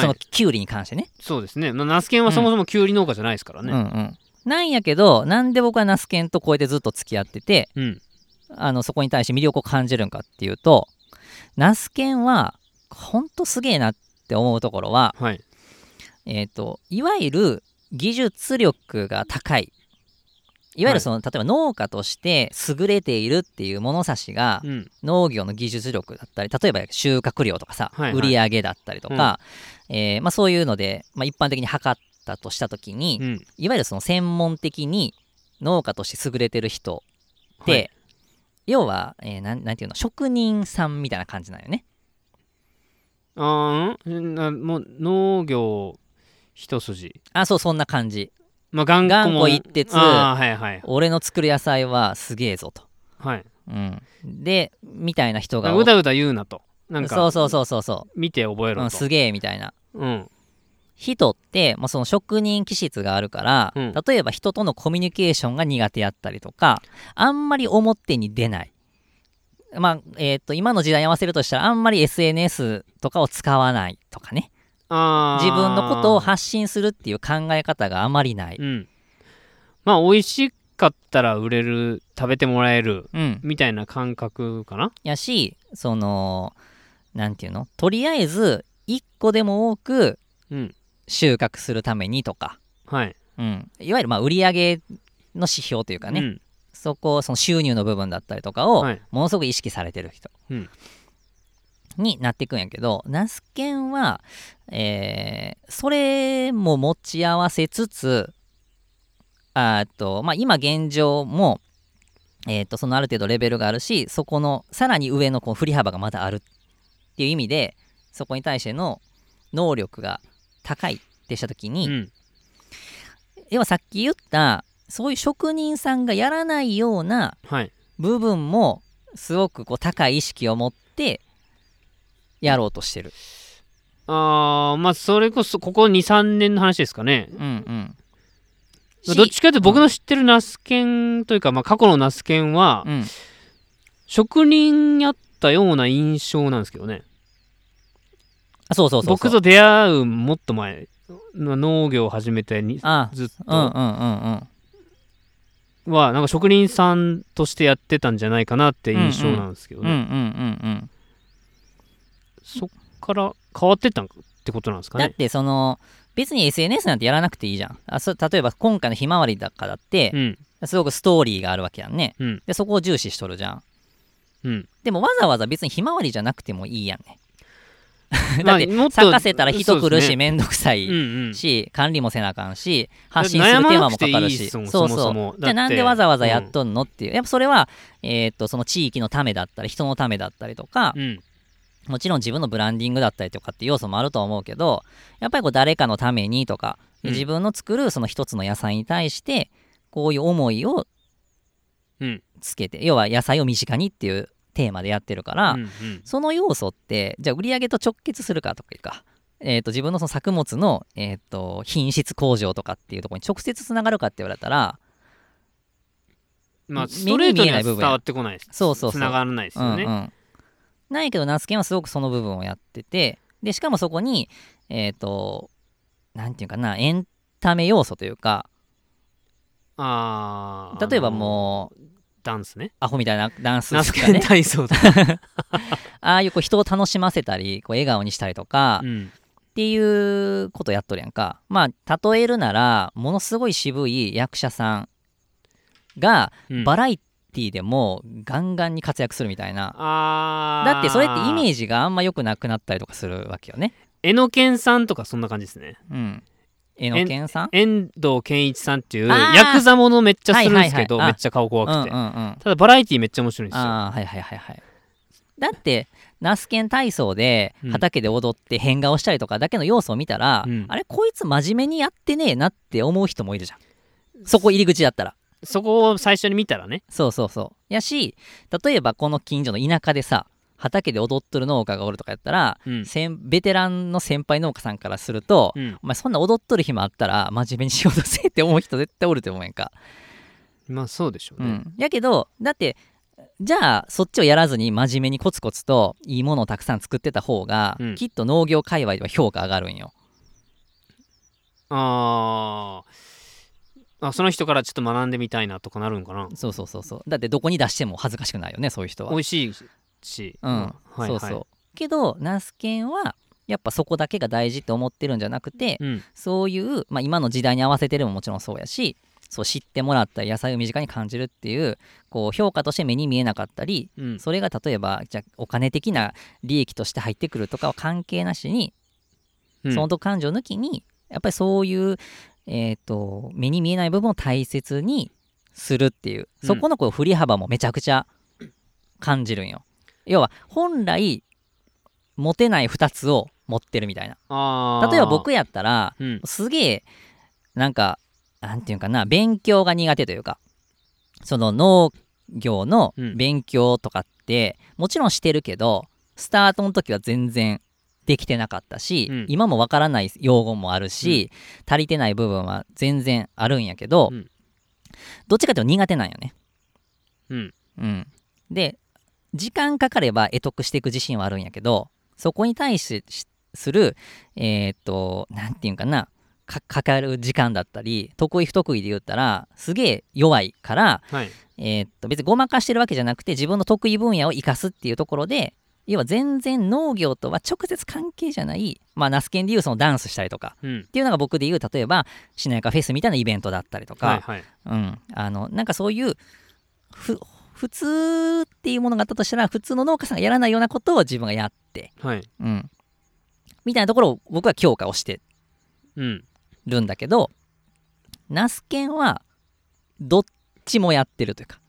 そい、そのきゅうりに関してねですねまあナスケンはそもそもキュウリ農家じゃないですからうんうねんなんやけどなんで僕はナスケンとこうやってずっと付き合っててうん、あのそこに対して魅力を感じるんかっていうとナスケンはほんとすげえなって思うところははいえー、といわゆる技術力が高いいわゆるその、例えば農家として優れているっていう物差しがうん農業の技術力だったり例えば収穫量とかさ、はいはい売り上げだったりとか、えーまあ、そういうので、まあ、一般的に測ったとした時に、うんいわゆるその専門的に農家として優れてる人って、はい要は、えーなんなんていうの職人さんみたいな感じなんよね。あーうんなもう農業一筋あそうそんな感じ。まあ頑固頑も固一徹あーはいはい俺の作る野菜はすげえぞと。はいうん、でみたいな人がうだうだ言うなとなんそうかそうそうそうそ見て覚えう、うろん、とすげえみたいなうん人って、まあ、その職人気質があるから、うん例えば人とのコミュニケーションが苦手やったりとかあんまり表に出ないまあえっ、と今の時代に合わせるとしたらあんまり SNS とかを使わないとかねあー自分のことを発信するっていう考え方があまりない、うんまあ美味しかったら売れる食べてもらえるうん、みたいな感覚かなやしそのなんていうのとりあえず1個でも多くうん収穫するためにとか、はいうん、いわゆるまあ売り上げの指標というかね、うんそこその収入の部分だったりとかをはいものすごく意識されてる人うんになっていくんやけど、ナスケンは、えーそれも持ち合わせつつあーっと、まあ、今現状も、えーっとそのある程度レベルがあるしそこのさらに上のこう振り幅がまだあるっていう意味でそこに対しての能力が高いってした時に、うん要はさっき言ったそういう職人さんがやらないようなはい部分もすごくこう高い意識を持ってやろうとしてる。あーまあそれこそここ23年の話ですかねうんうまあん。どっちかというと僕の知ってるナスケンというか、まあ、過去のナスケンはうん、職人やったような印象なんですけどねあそうそうそうそう。僕と出会うもっと前の農業を始めてにあずっうんうんとうんうん。はなんか職人さんとしてやってたんじゃないかなって印象なんですけどうんうんね、うんうんそっから変わってったんってことなんですうかん。だっねてその別に SNS なんてやらなくていいじゃん。あそ例えば今回の「ひまわり」だからってうんすごくストーリーがあるわけやんね。うんでそこを重視しとるじゃん。 うんでもわざわざ別にひまわりじゃなくてもいいやんね。まだ あってもっと咲かせたら人来るそうですしねめんどくさうんいうんし管理もせなあかんし発信す悩るま手な間くもてかいかるいっしすもんそうそもそそうもじゃあだなっんてでわざわざやっとんのっていうやっぱそれはえーっとその地域のためだったり人のためだったりとかうんもちろん自分のブランディングだったりとかっていう要素もあると思うけどやっぱりこう誰かのためにとかうん自分の作るその一つの野菜に対してこういう思いをうんつけて要は野菜を身近にっていうテーマでやってるから、うんうんその要素ってじゃあ売り上げと直結するかとかいうか、えー、と自分のその作物の、えー、と品質向上とかっていうところに直接つながるかって言われたらまあ目ストレートに見えなはい部伝分わってこないですそうそうそう繋がらないですよね、うんうん、ないけどナスケンはすごくその部分をやっててでしかもそこにえっ、となんていうかなエンタメ要素というかあー例えばあのもうダンスねアホみたいなダンスナとスかケンね体操とか、 ああいうこう人を楽しませたりこう笑顔にしたりとか、うんっていうことやっとるやんかまあ例えるならものすごい渋い役者さんがうんバラエティでもガンガンに活躍するみたいな、あだってそれってイメジージがあんま良くなくなったりとかするわけよねえのけんさんとかそんな感じですねうんえのけんさん遠藤健一さんっていうあーヤクザものめっちゃするんですけど、はいはいはいあめっちゃ顔怖くて、うんうんうんただバラエティめっちゃ面白いんですよああはいはいはいはいだってナスケン体操でうん畑で踊って変顔したりとかだけの要素を見たら、うんあれこいつ真面目にやってねえなって思う人もいるじゃんそこ入り口だったらそこを最初に見たらねそうそうそう。やし、例えばこの近所の田舎でさ、畑で踊っとる農家がおるとかやったら、うん先ベテランの先輩農家さんからすると、うんお前そんな踊っとる暇あったら真面目に仕事せえって思う人絶対おると思うやんか。まあそうでしょううね、ん。やけど、だって、じゃあそっちをやらずに真面目にコツコツといいものをたくさん作ってた方が、うんきっと農業界隈では評価上がるんよ。あーあその人からちょっと学んでみたいなとかなるんかなそうそうそうそう。だってどこに出しても恥ずかしくないよね、そういう人は美。味しいし、うん、はいそうそうけどナスケンはやっぱそこだけが大事って思ってるんじゃなくて、うん、そういう、まあ、今の時代に合わせてるももちろんそうやしそう知ってもらったり野菜を身近に感じるっていうこう評価として目に見えなかったりうん、それが例えばじゃあお金的な利益として入ってくるとかは関係なしにうん損得感情抜きにやっぱりそういう、えー、と目に見えない部分を大切にするっていううんそこのこう振り幅もめちゃくちゃ感じるんよ。要は本来持てない2つを持ってるみたいな。あー例えば僕やったらうんすげえなんかなんていうかな勉強が苦手というかその農業のうん勉強とかって、もちろんしてるけどスタートの時は全然できてなかったし、うん今もわからない用語もあるし、足りてない部分は全然あるんやけど、うんどっちかというと苦手なんよね。うんうん、で時間かかれば得得していく自信はあるんやけどそこに対ししするえーっとなんていうんかなかかかる時間だったり得意不得意で言ったらすげえ弱いから、はいえーっと別にごまかしてるわけじゃなくて自分の得意分野を生かすっていうところで要は全然農業とは直接関係じゃない、まあ、ナスケンでいうそのダンスしたりとかうんっていうのが僕で言う例えばしなやかフェスみたいなイベントだったりとか、はいはいうん、あのなんかそういうふ普通っていうものがあったとしたら普通の農家さんがやらないようなことを自分がやって、はいうん、みたいなところを僕は強化をしてうんるんだけどナスケンはどっちもやってるというか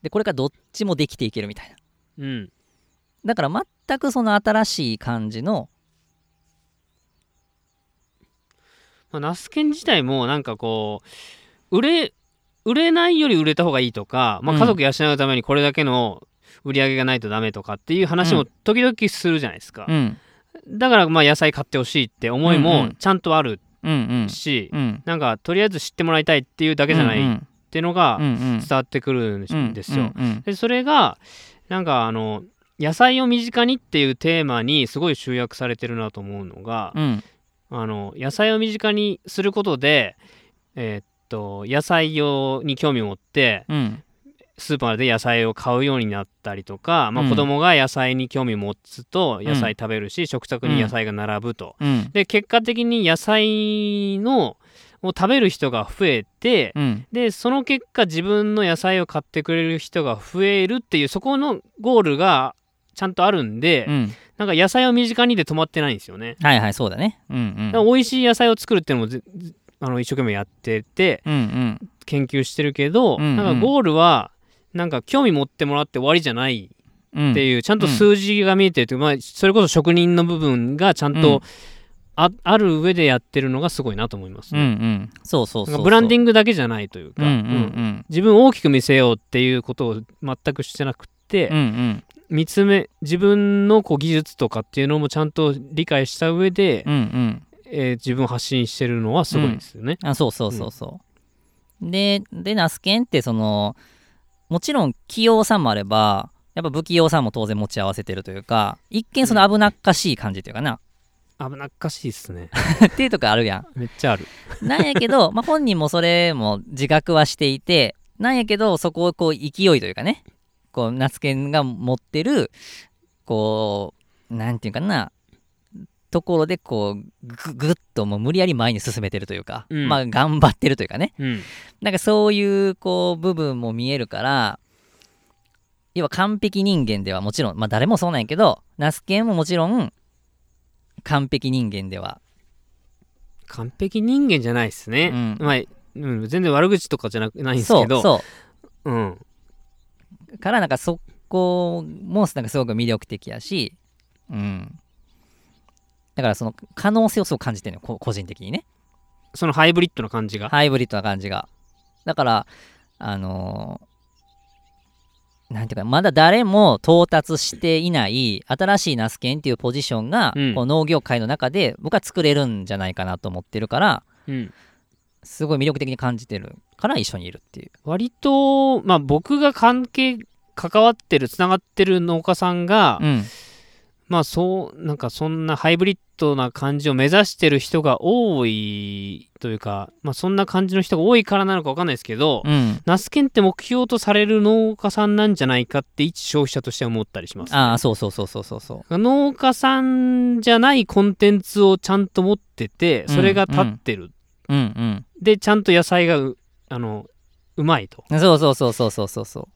でこれからどっちもできていけるみたいなうんだから全くその新しい感じのまあ、ナスケン自体もなんかこう売れ売れないより売れた方がいいとか、まあ、うん家族養うためにこれだけの売り上げがないとダメとかっていう話も時々するじゃないですか、うんだからまあ野菜買ってほしいって思いうんうもんちゃんとあるうんうんし、うんなんかとりあえず知ってもらいたいっていうだけじゃないっんていうのがうんうん伝わってくるんですよ、うんうんでそれがなんかあの野菜を身近にっていうテーマにすごい集約されてるなと思うのが、うんあの野菜を身近にすることでえーっと野菜用に興味を持ってうんスーパーで野菜を買うようになったりとか、まうあ、ん子供が野菜に興味持つと野うん菜食べるし、食卓に野菜が並ぶと。うんで結果的に野菜のを食べる人が増えて、うんでその結果自分の野菜を買ってくれる人が増えるっていうそこのゴールがちゃんとあるんで、うんなんか野菜を身近にで止まってないんですよね。はいはいそうだねうんだうからん美味しい野菜を作るっていうのもぜぜあの一生懸命やっててうんうん研究してるけど、うんうんなんかゴールはなんか興味持ってもらって終わりじゃないうんっていう、ちゃんと数字が見えてるという、まあ、それこそ職人の部分がちゃんうんとあ,、ある上でやってるのがすごいなと思いますうんうね。んそうそうなんそかうブランディンィングだけじゃないというか、うんうんうん自分を大きく見せようっていうことを全くしてなくて、うんうん見つめ自分のこう技術とかっていうのもちゃんと理解した上で、うんうんえー自分を発信してるのはすごいですよね。あそうそうそうそう、ででナスケンってそのもちろん器用さもあればやっぱ不器用さも当然持ち合わせてるというか一見その危なっかしい感じというかな、 危なっかしいですね。っていうとこあるやめっちゃある。んなんやけど まあ本人もそれも自覚はしていてなんやけどそこをこう勢いというかねこうナスケンが持ってるこうなんていうかなところでこうぐぐっともう無理やり前に進めてるというか、うんまあ頑張ってるというかねうん。なんかそういうこう部分も見えるから要は完璧人間ではもちろんまあ誰もそうなんやけどナスケンももちろん完璧人間では完璧人間じゃないですね。うんまあうん、全然悪口とかじゃなくないんですそけうど、そうん、うからなんかそこもなんかすごく魅力的やしうんだからその可能性をすごく感じてるのよこ個人的にねそのハイブリッドな感じが。ハイブリッドな感じがだからあのーなんていうかまだ誰も到達していない新しいナスケンっていうポジションが、うんこう農業界の中で僕は作れるんじゃないかなと思ってるからうん、すごい魅力的に感じてるから一緒にいるっていう。割と、まあ、僕が関係関わってるつながってる農家さんが、うんまあそうなんかそんなハイブリッドな感じを目指してる人が多いというか、まあ、そんな感じの人が多いからなのかわかんないですけど、うんナスケンって目標とされる農家さんなんじゃないかって一消費者としては思ったりします、ああそうそうそうそうそうそう。農家さんじゃないコンテンツをちゃんと持っててそれが立ってる、うんでちゃんと野菜がうあのうまいとうん。そうそうそうそうそうそうそ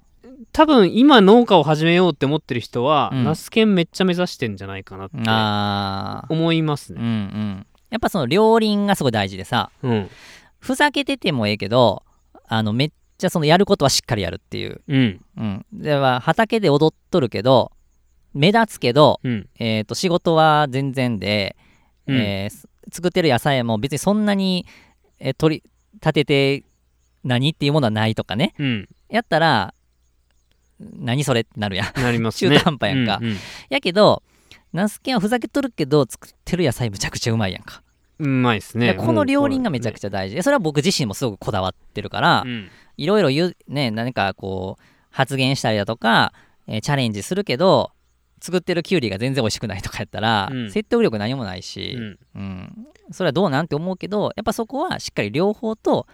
多分今農家を始めようって思ってる人は、うんナスケンめっちゃ目指してんじゃないかなってう。ああ。思いますうんね、うん。やっぱその両輪がすごい大事でさ。うんふざけててもええけどあのめっちゃそのやることはしっかりやるっていう、うんうん、では畑で踊っとるけど目立つけど、うんえー、と仕事は全然で、うんえーす作ってる野菜も別にそんなに、えー取り立てて何っていうものはないとかねうんやったら何それってなるやんなりますね 中途半端やんかううんやけどナスケンはふざけとるけど作ってる野菜むちゃくちゃうまいやんか,、うまいですねこの両輪がめちゃくちちゃ大事でそれは僕自身もすごくこだわってるから、うんいろいろ言う、ね、何かこう、発言したりだとか、えーチャレンジするけど、作ってるキュウリが全然美味しくないとかやったら、うん説得力何もないうし、んうんそれはどうなんて思うけど、やっぱそこはしっかり両方と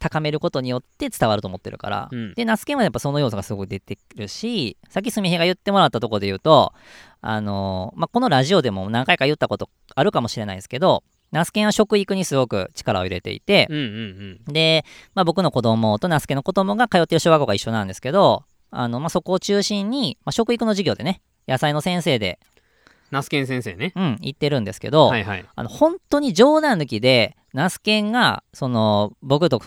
高めることによって伝わると思ってるから、うんで、ナスケンはやっぱその要素がすごく出てくるし、さっきすみへが言ってもらったところで言うと、あのーまあ、このラジオでも何回か言ったことあるかもしれないですけど、ナスケンは食育にすごく力を入れていて、うんうんで、まあ、僕の子供と那須家の子供が通ってる小学校が一緒なんですけどあの、まあ、そこを中心に、まあ、食育の授業でね野菜の先生で、ナスケン先生ねうん、行ってるんですけど、はいはいあの本当に冗談抜きで那須家がその僕と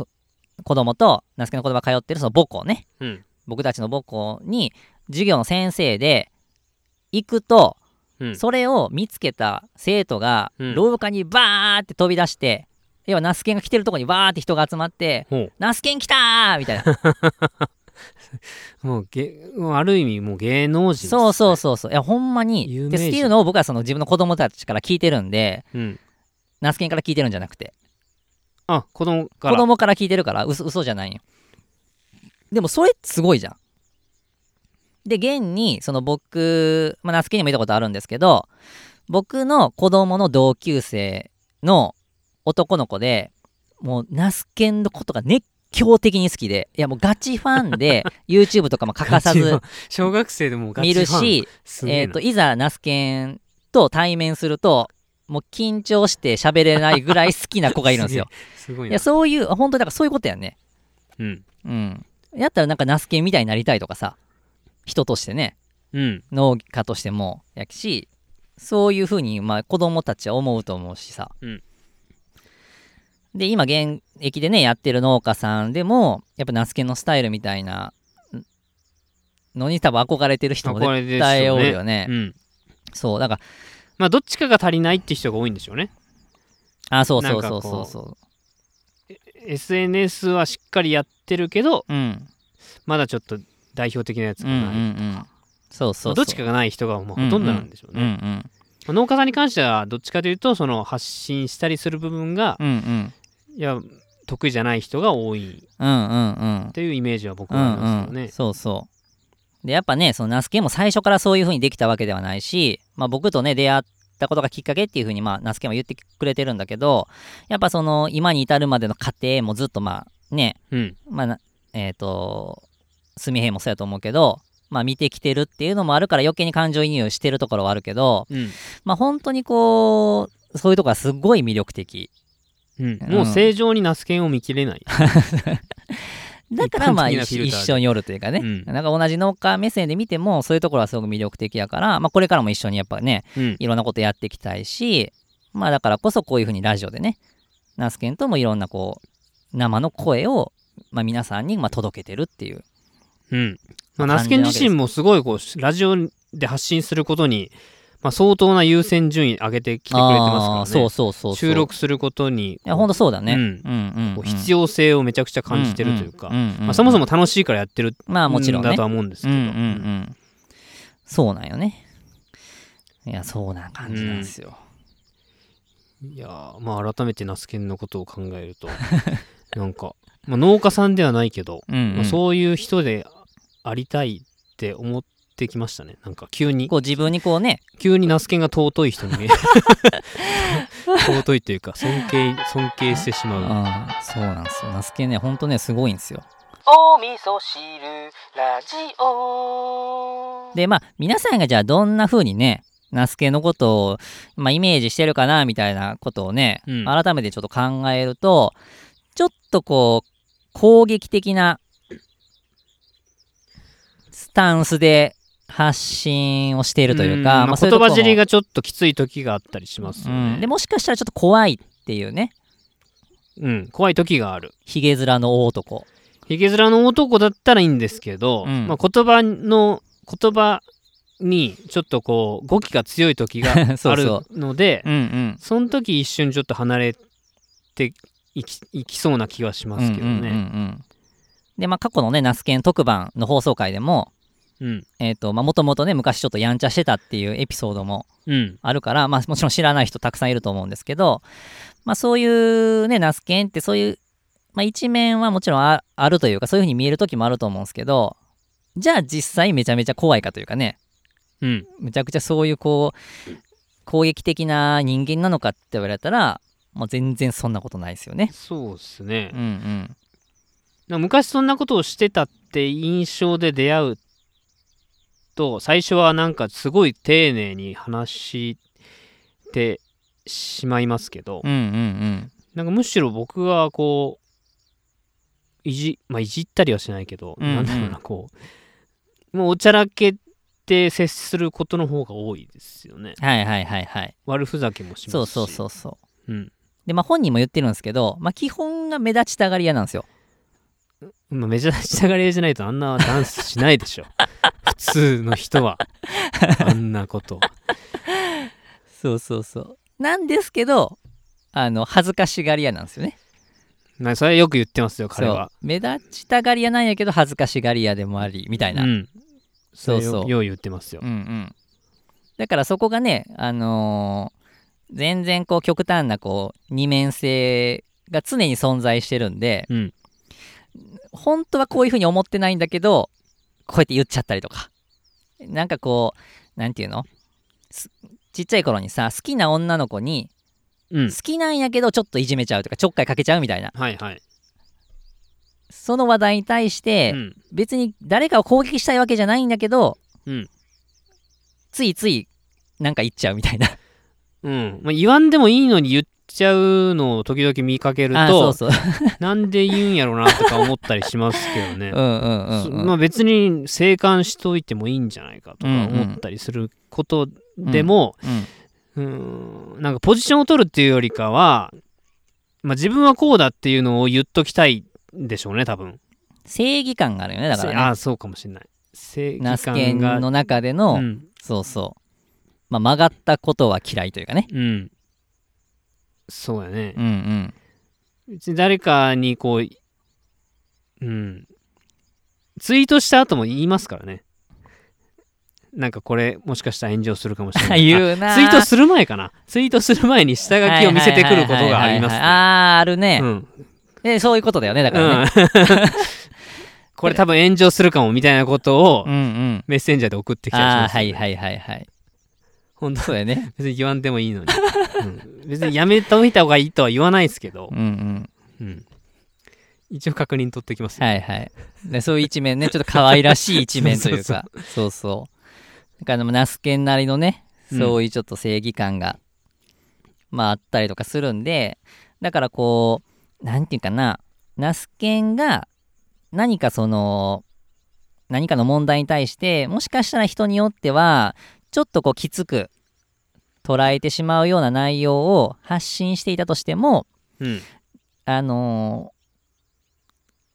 子供と那須家の子供が通ってるその母校ねうん僕たちの母校に授業の先生で行くとうんそれを見つけた生徒がうん廊下にバーって飛び出して、要はナスケンが来てるとこにバーって人が集まってほう ナスケン来たーみたいな。もうげもうある意味もう芸能人ですねそうそうそうそういやほんまに有で名っ人ていうのを僕はその自分の子供たちから聞いてるんでうん、ナスケンから聞いてるんじゃなくてあ子供子から供から聞いてるから嘘嘘じゃないよでもそれすごいじゃんで現にその僕、まあ、ナスケにも見たことあるんですけど僕の子供の同級生の男の子でもうナスケンのことが熱狂的に好きでいやもうガチファン で YouTube とかも欠かさずガチファン小学生でもうガチ見るしファンえー、といざナスケンと対面するともう緊張して喋れないぐらい好きな子がいるんですよすごいいなやそういう本当にだからそういうことやねうんうんやったらなんかナスケンみたいになりたいとかさ人としてねうん農家としてもやしそういうふうにまあ子供たちは思うと思うしさ、うんで今現役でねやってる農家さんでもやっぱナスケのスタイルみたいなのに多分憧れてる人も憧れ絶ですよね対多いよねうんそうだからまあどっちかが足りないって人が多いんでしょうねあそうなそんうかそこううそうそ SNS はしっかりやってるけどううんまだちょっと代表的なやつうんがうんうない、んそうそうそうどっちかがない人がもうほとんどなんでしょうね、うんうんまあ農家さんに関してはどっちかというとその発信したりする部分が、うんうんいや得意じゃない人が多いうんうんうんっていうイメージはう僕はありんますようんね、そうそうでやっぱねそのナスケも最初からそういう風にできたわけではないし、まあ、僕とね出会ったことがきっかけっていう風にまあナスケも言ってくれてるんだけどやっぱその今に至るまでの過程もずっとまあねうんまあな、えっ、と、すみへいもそうやと思うけど、まあ見てきてるっていうのもあるから余計に感情移入してるところはあるけど、うんまあ本当にこう、そういうところはすごい魅力的。うんうんもう正常にナスケンを見切れない、だからまあ一一般的なフィル一ターで緒におるというかね、うんなんか同じ農家目線で見てもそういうところはすごく魅力的やから、まあこれからも一緒にやっぱね、うんいろんなことやっていきたいし、まあだからこそこういうふうにラジオでね、ナスケンともいろんなこう、生の声を、まあ、皆さんにまあ届けてるっていう。うんまあ、まあナスケン自身もすごいこうラジオで発信することに、まあ、相当な優先順位上げてきてくれてあまーすかそらうねそうそうそう。収録することにいや本当そうだね、ううんん、うんうんこう必要性をめちゃくちゃ感じてるというか、まあ、そもそもも楽しいからやってるまあもちろんねだとは思うんですけうんど、うんうんそうなんよねいやそうな感じなんですよ、いやーまあ改めてナスケンのことを考えると なんか、まあ、農家さんではないけど、うんうんまあ、そういう人でありたいって思ってきましたねなんか急にこう自分にこうね急にナスケンが尊い人 に見える尊いというか尊敬尊敬してしうんまうそうなんですよナスケねほんとねすごいんですよお味噌汁ラジオでまあ皆さんがじゃあどんな風にねナスケのことを、まあ、イメージしてるかなみたいなことをね、うん改めてちょっと考えるとちょっとこう攻撃的なスタンスで発信をしているというか、んまあそういうと言こ葉も尻がちょっときつい時があったりしますよね、うん、でもしかしたらちょっと怖いっていうねうん、怖い時があるヒゲ面の大男ヒゲ面の男だったらいいんですけど、うんまあ、言葉の言葉にちょっとこう語気が強い時 がそあうるそのでうんうんその時一瞬ちょっと離れていきいきそうな気はしますけどうんうんうんうね。んでまあ過去のねナスケン特番の放送回でもうんえーとまあもともとね昔ちょっとやんちゃしてたっていうエピソードもうんあるから、まあ、もちろん知らない人たくさんいると思うんですけど、まあ、そういうねナスケンってそういう、まあ、一面はもちろんああるというかそういうふうに見える時もあると思うんですけどじゃあ実際めちゃめちゃ怖いかというかねうんめちゃくちゃそういうこう攻撃的な人間なのかって言われたら、まあ、全然そんなことないですよね。そうですねうん、うんなんか昔そんなことをしてたって印象で出会うと最初はなんかすごい丁寧に話してしまいますけど、うんうんなんかむしろ僕はこういじ,、まあ、いじったりはしないけど、うんうんなんだろうなこうもうおちゃらけて接することの方が多いですよねうんはいはいはいはい悪ふざけもしますしそうそうそうそうう、んでまあ本人も言ってるんですけど、まあ、基本が目立ちたがり屋なんですよまあ、目立ちたがり屋じゃないとあんなダンスしない でしょ普通の人はあんなことそうそうそうなんですけどあの恥ずかしがり屋なんですよねまあそれはよく言ってますよそ彼うは目立ちたがり屋なんやけど恥ずかしがり屋でもありみたいな、うんそそううそうそうよう言ってますようんうん、だからそこがね、あのー全然こう極端なこう二面性が常に存在してるんでうん本当はこういうふうに思ってないんだけどこうやって言っちゃったりとかなんかこうなんていうのすちっちゃい頃にさ好きな女の子にうん好きなんやけどちょっといじめちゃうとかちょっかいかけちゃうみたいなはいはいその話題に対して、うん別に誰かを攻撃したいわけじゃないんだけど、うんついついなんか言っちゃうみたいなうんまあ言わんでもいいのに言っちゃうのを時々見かけるあそうとそうなんで言うんやろなとか思ったりしますけどね うんうんうんそうん、まあ、別に静観しといてもいいんじゃないかとか思ったりすることでも、うんうーんなんかポジションを取るっていうよりかは、まあ、自分はこうだっていうのを言っときたいんでしょうね多分正義感があるよねだからあねあそうかもしれない正ナ義スケ感ンがの中での、うん、そうそう、まあ、曲がったことは嫌いというかねうん、そうやねうんうん別に誰かにこううんツイートした後も言いますからねなんかこれもしかしたら炎上するかもしれな い言うなツイートする前かなツイートする前に下書きを見せてくることがあはいはいはいはいりますはいあーあるね、ね。うんでそういうことだよねだからね、うん これ多分炎上するかもみたいなことをうん、うんメッセンジャーで送ってきたりしあまあすよはね、いはいはいはい本当そうだよ ね別に言わんでもいいのに、うん別にやめといた方がいいとは言わないですけどう、んうんうん一応確認取ってきますよ、はいはい。でそういう一面ね、ちょっ と可愛らしい一面というか、そうそう。だから、ナスケンなりのね、うんそういうちょっと正義感が、まああったりとかするんで、だからこう、なんていうかな、ナスケンが何かその、何かの問題に対して、もしかしたら人によっては、ちょっとこうきつく捉えてしまうような内容を発信していたとしても、うんあの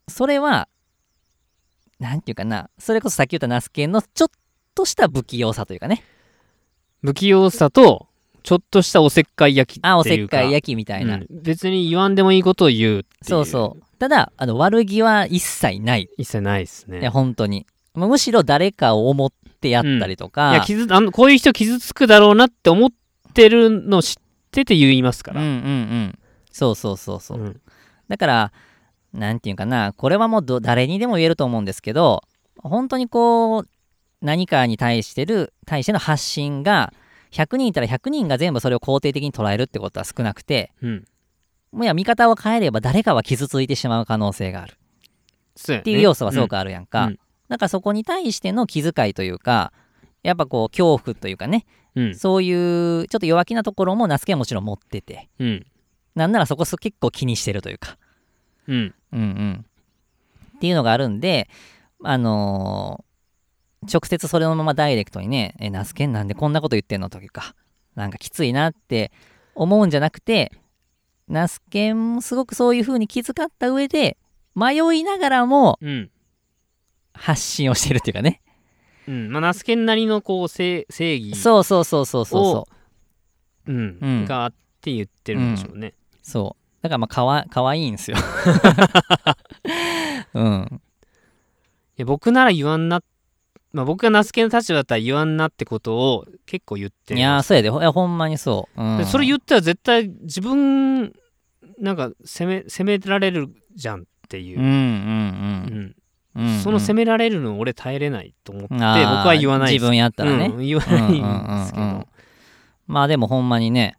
ーそれは、なんていうかな、それこそさっき言ったナスケンのちょっとした不器用さというかね、不器用さとちょっとしたおせっかい焼きっていうかあ、おせっかい焼きみたいな。うん別に言わんでもいいことを言うっていうそうそう。ただ、あの悪気は一切ない。一切ないですねいや、本当に。まあむしろ誰かを思ってやったりとか、いや傷あのこういう人傷つくだろうなって思ってるの知ってて言いますかうら、んうんうん。そうそうそうそう。うんだから、なんていうかな、これはもうど誰にでも言えると思うんですけど、本当にこう、何かに対してる、対しての発信が、100人いたら100人が全部それを肯定的に捉えるってことは少なくて、うんもういや、見方を変えれば誰かは傷ついてしまう可能性があるそうやねっていう要素はすごくあるやんか。うんうんだからそこに対しての気遣いというか、やっぱこう、恐怖というかね、うんそういうちょっと弱気なところもナスケはもちろん持ってて、うんなんならそこす結構気にしてるというか。うんうんうん、っていうのがあるんで、あのー直接それのままダイレクトにね「えナスケンなんでこんなこと言ってんの?」というかなんかきついなって思うんじゃなくてナスケンもすごくそういう風に気遣った上で迷いながらもうん発信をしてるっていうかね、うんまあナスケンなりのこう正正義そうそうそうそうそうそううんうんがあって言ってるんでしょうね、そうだからまあかわかわいいんです ようんいや僕なら言わんなまあ僕がナスケンの立場だったら言わんなってことを結構言っているやーそうやでほいやほんまにそう、うん、でそれ言ったら絶対自分なんか責め責められるじゃんっていうう、んううんんうん、うんうんその責められるの俺耐えれないと思ってあ僕ーは言わないです自分やったらね、うん、言わないんですけど、うんうんうんうんまあでもほんまにね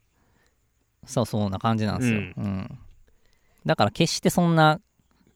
そうそんな感じなんですよ、うんうんだから決してそんな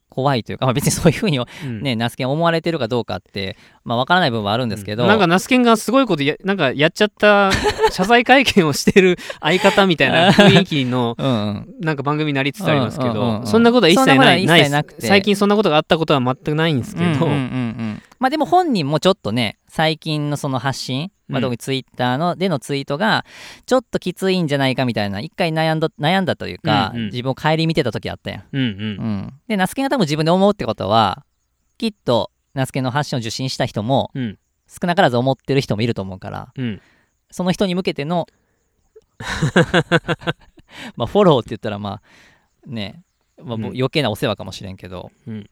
怖いというか、まあ、別にそういうふうにうんね、ナスケン思われてるかどうかって、まあ、分からない部分はあるんですけど、なんかナスケンがすごいことやなんかやっちゃった謝罪会見をしてる相方みたいな雰囲気のうんうんなんか番組になりつつありますけど、うんうんうんうんそんなことは一切そんなことなはい一切ないですなくて最近そんなことがあったことは全くないんですけど、うんうんうんうんまあでも本人もちょっとね最近のその発信、まうあ、ん特にツイッターのでのツイートがちょっときついんじゃないかみたいな一回悩んだ悩んだというか、うんうん自分を顧みてた時あったやんうんうんうん、でナスケが多分自分で思うってことはきっとナスケの発信を受信した人もうん少なからず思ってる人もいると思うからうんその人に向けて のまあフォローって言ったらまあねまあ、うんもう余計なお世話かもしれんけど、うんうんうん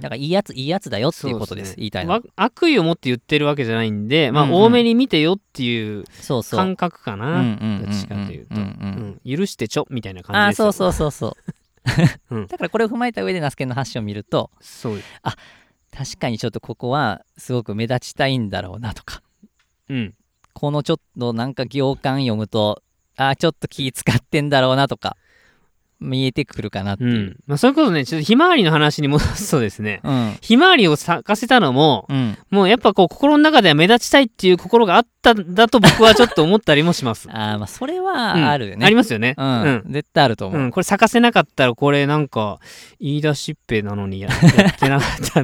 だからいいやついいやつだよっていうことですそうですね言いたいのはわ悪意を持って言ってるわけじゃないんで、まあ、うんうん多めに見てよっていうそうそう感覚かな、うんうんうんどっちかというと、うんうん許してちょみたいな感あじあですそようそうそうそう うんだからこれを踏まえた上でナスケンの発信を見るとそうです確かにちょっとここはすごく目立ちたいんだろうなとかうんこのちょっとなんか行間読むとああちょっと気使ってんだろうなとか見えてくるかなってういんう、まあ、それこそねちょっとひまわりの話に戻すとですねうんひまわりを咲かせたのもうん、もうやっぱこう心の中では目立ちたいっていう心があったんだと僕はちょっと思ったりもします。ああまあそれうん はあるよね、ありますよね。うん絶対あると思うう、ん、これ咲かせなかったらこれなんか言い出しっぺなのにややってなかった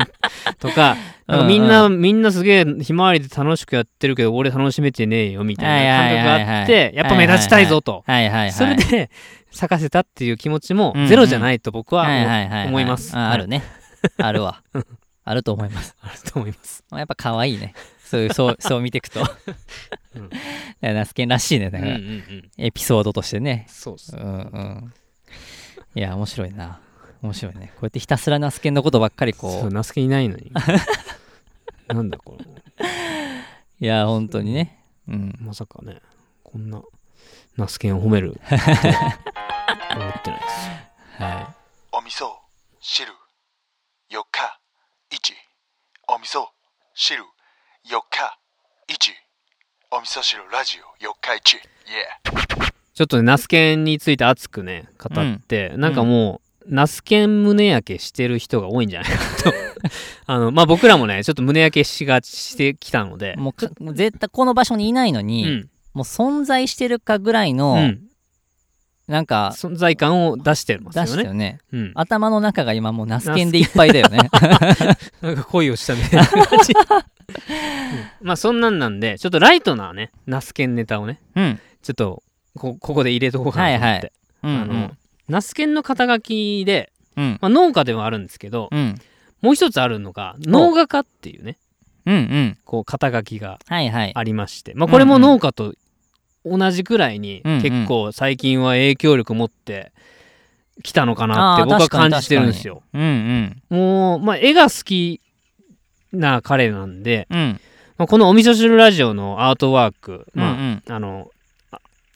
とかなんかみんな、みんなすげえひまわりで楽しくやってるけど俺楽しめてねえよみたいな感覚があはっいはいはいてはいやっぱ目立ちたいぞとはいはいはいそれで咲かせたっていう気持ちもうんうんゼロじゃないと僕はは思いっはいはい思いますああるねある わあると思いますあると思います。やっぱ可愛いねそういう そうそう見ていくと、んナスケンらしいねうだんうかんうら、ん、エピソードとしてねそうっすうんうんいや面白いな面白いねこうやってひたすらナスケンのことばっかりそこううナスケいないのに なんだこれいや本当にねうんまさかねこんなナスケを褒めるとは思ってないです。 はお味噌汁4日1お味噌汁4日1お味噌汁ラジオ4日1イちょっとね、ナスケンについて熱くね、語って、なんかもう、ナスケン胸焼けしてる人が多いんじゃないか と。あの、まあ、僕らもね、ちょっと胸焼けしがちしてきたのでい、もうかもう絶対この場所にいないのうに、ん、もう存在してるかぐらいの、うんなんか存在感を出してます出しよたね。よねうん、頭の中が今もうナスケンでいっぱいだよ ねなんか恋をし たね。感じうんまあ、そんなんなんで、ちょっとライトなね、ナスケンネタをね、うんちょっとこ、ここで入れとこうかなと思って。はいはいうんうあのんナスケンの肩書きで、うんまあ、農家ではあるんですけど、うんもう一つあるのが農画家っていうねうんうんこう肩書きがはいはいありまして、まあ、これも農家と同じくらいにうんうん結構最近は影響力持ってきたのかなってあー僕は確か感にじてるんですよ。うんうんもう、まあ、絵が好きな彼なんで、うんまあ、この「お味噌汁ラジオ」のアートワーク、うんまうんあ、あの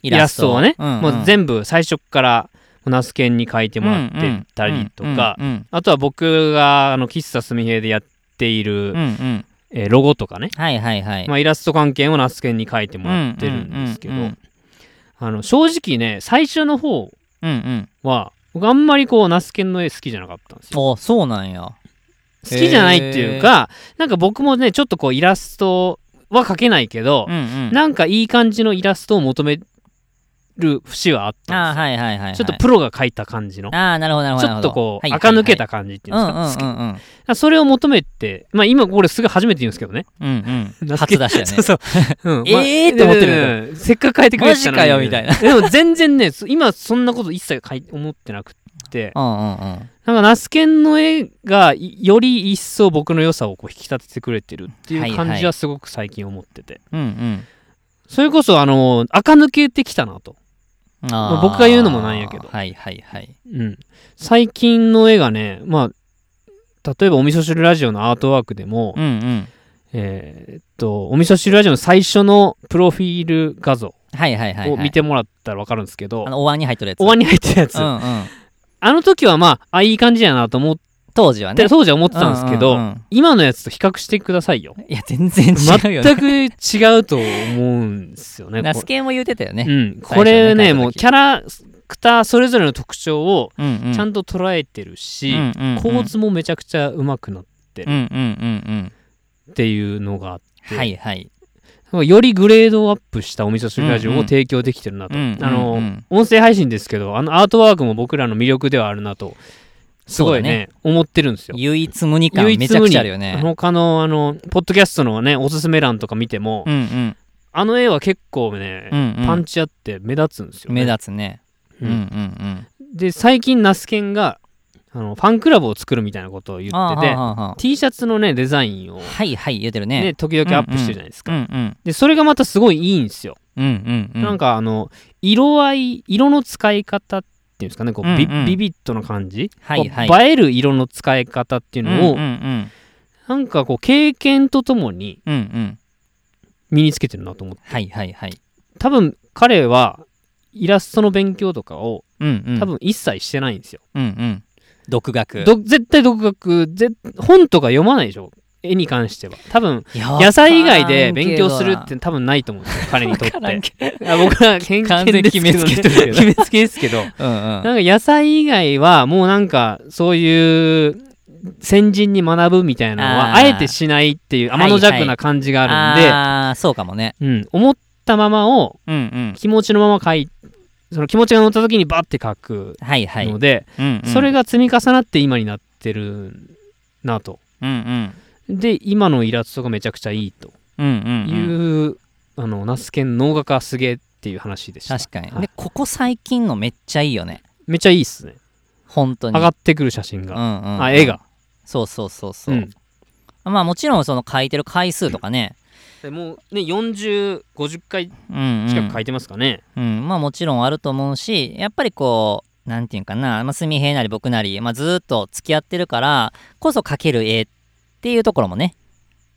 イイラストをね、もう部全部最初からナスケンに描いてもらってたりとか、うんあとは僕があの喫茶すみへでやっていうんうる、んうんうんえーロゴとかねはいはいはいまあ、イラスト関係もナスケンに書いてもらってるんですけど、うんうんうんあの正直ね最初の方うんうんは僕あんまりこうナスケンの絵好きじゃなかったんですよ。あそうなんや好きじゃないっていうかなんか僕もねちょっとこうイラストは描けないけどうん、うんなんかいい感じのイラストを求める節はあったあんですよ。はいはいはいはいちょっとプロが描いた感じのああなるほどなるほちどなょるっとほどこうはいはい垢抜けた感じっていうんですか,、はい好きだかはいらそれを求めてまあ今これすごい初めて言うんですけどねうんうんうんうんナスケ初出しだそうね そう。うんまえーって思ってるようんせっかく書いてくれてたのにマジかよみたいな でも全然ね、そ今そんなこと一切書い思ってなくって、うんうんうんなんかナスケンの絵がいより一層僕の良さをこう引き立ててくれてるってはいいはうい感じはすごく最近思ってて。うんそれこそ、あの、垢抜けてきたなと。うんまあ僕が言うのもなんやけどはいはいはいうん。最近の絵がね、まあ、例えばお味噌汁ラジオのアートワークでも、うんうんえーっと、お味噌汁ラジオの最初のプロフィール画像はいはいはいをはい見てもらったらわかるんですけど、あのお椀に入ってるやつお椀に入ってるやつ、うんうんあの時はまああいい感じやなと思っ当時はねて当時は思ってたんですけうど、ううん今のやつと比較してくださいよいや全然違うよね全く違うと思うんですよねナこスケンも言うてたようね最初ねん、これ書いた時ねもうキャラクターそれぞれの特徴をうんうんちゃんと捉えてるし、構図もめちゃくちゃうまくなっうんうんうんていうのがあってうんはいはいなんかよりグレードアップしたお味噌汁ラジオを提供できてるなと、うんうんあの、うんうん音声配信ですけどあのアートワークも僕らの魅力ではあるなとすごいね思ってるんですよ唯一無二感めちゃくちゃあるよね他のあのポッドキャストのねおすすめ欄とか見ても、うんうんあの絵は結構ね、うんうんパンチあって目立つんですよ、ね、目立つねうんううんんうんで最近ナスケンがあのファンクラブを作るみたいなことを言あっーてはてあはあは T シャツのねデザインをあ、はいはい言うてるねね時々アップしてるじゃないですうか、んうんでそれがまたすごいいいんですよ、うんうんうなんんかあの色合い色の使い方っていうんですかねこう、うんうんビビビッドな感じ、はいはいこう映える色の使い方っていうのを、うんうんなんかこう経験とともにうんうんうん身につけてるなと思ってはいはいはい多分彼はイラストの勉強とかをうんうん多分一切してないんですよ、うんうん独学ど絶対独学ぜ本とか読まないでしょ絵に関しては多分いや野菜以外で勉強するって多分ないと思うんですよ彼にとわっからんてけどあ僕は偏完見全でにすけ決ど、めつけてね、るけど 決めつけですけどうんうんなんか野菜以外はもうなんかそういう先人に学ぶみたいなのはああーえてしないっていうはいは天いの弱な感じがあるんで、あーそうかもねうん、思ったままをうんうん気持ちのまま書いその気持ちが乗った時にバッて書くはいはいので、うんうんそれが積み重なって今になってるなとうんうんで今のイラストがめちゃくちゃいいとうんうんいうう、んあのナスケン能画家すげえっていう話でした確かにはいでここ最近のめっちゃいいよねめっちゃいいっすね本当上にがってくる写真が、うんうんうんあ絵がそうそうそうそう、うんまあもちろんその書いてる回数とかね、でもうね4050回うんうん近く書いてますかね、うん、まあもちろんあると思うしやっぱりこうなんていうかな、まあ、純平なり僕なり、まあ、ずーっと付き合ってるからこそ描ける絵っていうところもね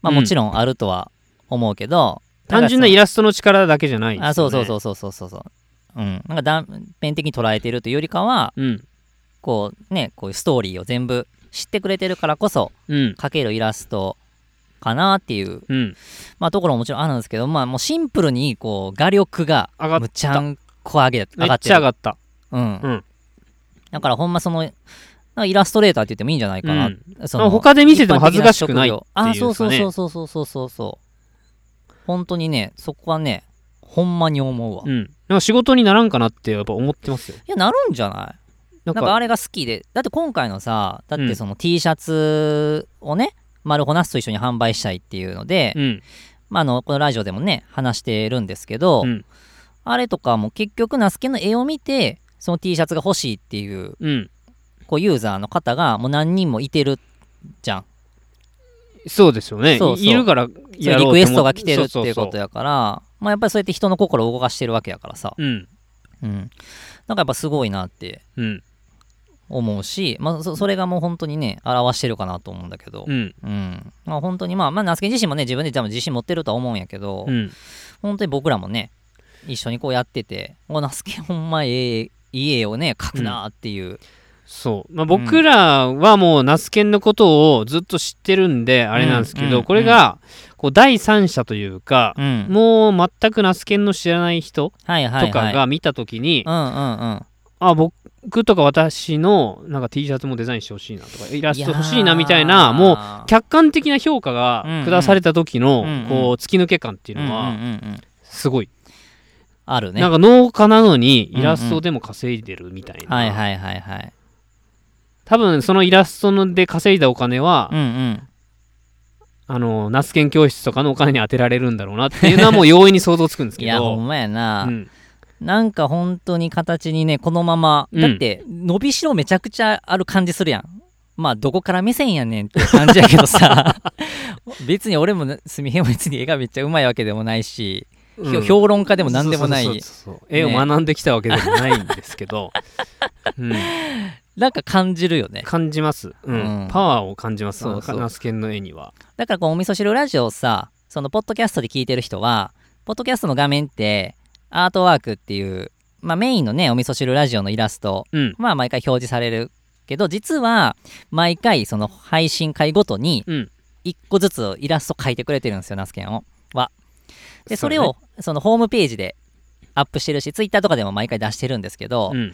まあもちろんあるとは思うけど、単純なイララストの力だけじゃないですよね、あそうそうそうそうそうそうそううん、なんか断片的に捉えてるというよりかはううんこうねこういうストーリーを全部知ってくれてるからこそうん描けるイラストかなっていううんまあ、ところももちろんあるんですけど、まあ、もうシンプルにこう画力が上がったむちゃんこ上げめ上がっってちゃ上るがったうんうんだからほんまそのなんかイラストレーターって言ってもいいんじゃないかな、うんそまあの他で見せても恥ずかしくないっていうんですかねあそうそうそうそうそうそうそうそう本当にねそこはねほんまに思うわ、ういんなんか仕事にならんかなってやっぱ思ってますよやなるんじゃないななんかんかあれが好きでだって今回のさだってその T シャツをね、マルホナスと一緒に販売したいっていうので、うんまあ、あのこのラジオでもね話してるんですけど、うんあれとかも結局ナスケの絵を見てその T シャツが欲しいっていううんこうユーザーの方がもう何人もいてるじゃんそうですよねそうそういるからそういやうろうと思リクエストが来てるっていうそこそとそやからまあやっぱりそうやって人の心を動かしてるわけやからさ、うんうん、なんかやっぱすごいなってうん思うし、まあ、そそれがもう本当にね表してるかなと思うんだけど、うんうんまあ、本当にまあ、まあ、ナスケ自身もね自分で多分自信持ってるとは思うんやけど、うん本当に僕らもね一緒にこうやってて「おナスケほんまええいい絵をね描くな」っていう、そう、まあ、僕らはもうナスケンのことをずっと知ってるんであれなんですけうんうど、んうんこれがこう第三者というか、うんもう全くナスケンの知らない人はいはいはといかが見た時に、うんうんうんあ僕とか私のなんか T シャツもデザインしてほしいなとかイラスト欲しいなみたいやなーもう客観的な評価が下された時の、うんうんこう突き抜け感っていううんうんのはうんうんすごい、あるねなんか農家なのにイラストでも稼いでるみたいな、はいはいはいはい多分そのイラストので稼いだお金はうん、うんあのナスケン教室とかのお金に当てられるんだろうなっていうのはもう容易に想像つくんですいけやほどんまやな、うんなんか本当に形にねこのままうんだって伸びしろめちゃくちゃある感じするやんまあどこから目線やねんって感じやけど さ別に俺もねすみへんも別に絵がめっちゃうまいわけでもないし、ひょうん評論家でも何でもないそうそうそうそう絵を学んできたわけでもないんです けど、うん、なんか感じるよね感じます、うんうんパワーを感じますそうそうナスケンの絵にはだからこうお味噌汁ラジオをさそのポッドキャストで聞いてる人はポッドキャストの画面ってアートワークっていう、まあ、メインのねお味噌汁ラジオのイラストうんまあ毎回表示されるけど実は毎回その配信回ごとにうん1個ずつイラスト描いてくれてるんですよナスケンをはでそそうねれをそのホームページでアップしてるしツイッターとかでも毎回出してるんですけど、うん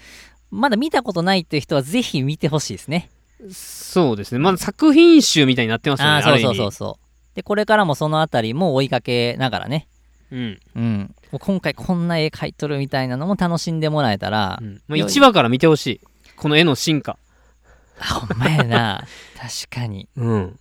まだ見たことないっていう人はぜひ見てほしいですねそうですねまだ作品集みたいになってますよねあああそうる意そう味そうそうでこれからもそのあたりも追いかけながらねうんうんもう今回こんな絵描いとるみたいなのも楽しんでもらえたら、うんまあ、1話から見てほしいこの絵の進化あほんまや な確かにうん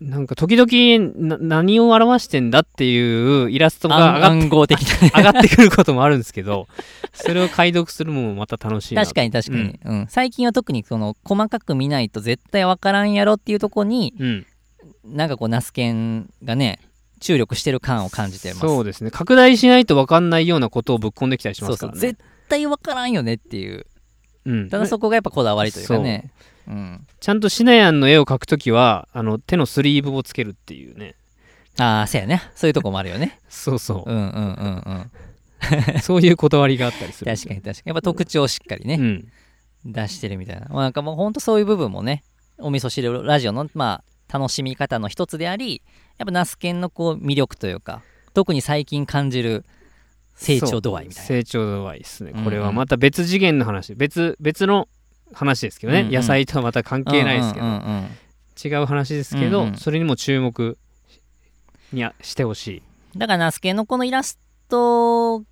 なんか時々な何を表してんだっていうイラストが上暗 がっ暗号的なね上がってくることもあるんですけどそれを解読するのもまた楽しいな確かに確かに、うん最近は特にその細かく見ないと絶対分からんやろっていうとこにに、うん、なんかこうナスケンがね注力してる感を感じてますそうですね拡大しないと分かんないようなことをぶっ込んできたりしまそうすそかうらね絶対分からんよねっていううん、ただそこがやっぱこだわりというかねうん、ちゃんとシナヤンの絵を描くときはあの手のスリーブをつけるっていうねああそうやねそういうとこもあるよ ねそうそうんうんうんうんうそういうこだわりがあったりする確かに確かにやっぱ特徴をしっかりね、うん、出してるみたいな、まあ、なんかもうほんとそういう部分もねお味噌汁ラジオの、まあ、楽しみ方の一つでありやっぱナスケンのこう魅力というか特に最近感じる成長度合いみたいな成長度合いですねうんうんこれはまた別次元の話別別の話ですけどね、うんうん野菜とはまた関係ないですけど、うんうんうんうん違う話ですけど、うんうんそれにも注目にあしてほしいだからナスケのこのイラストを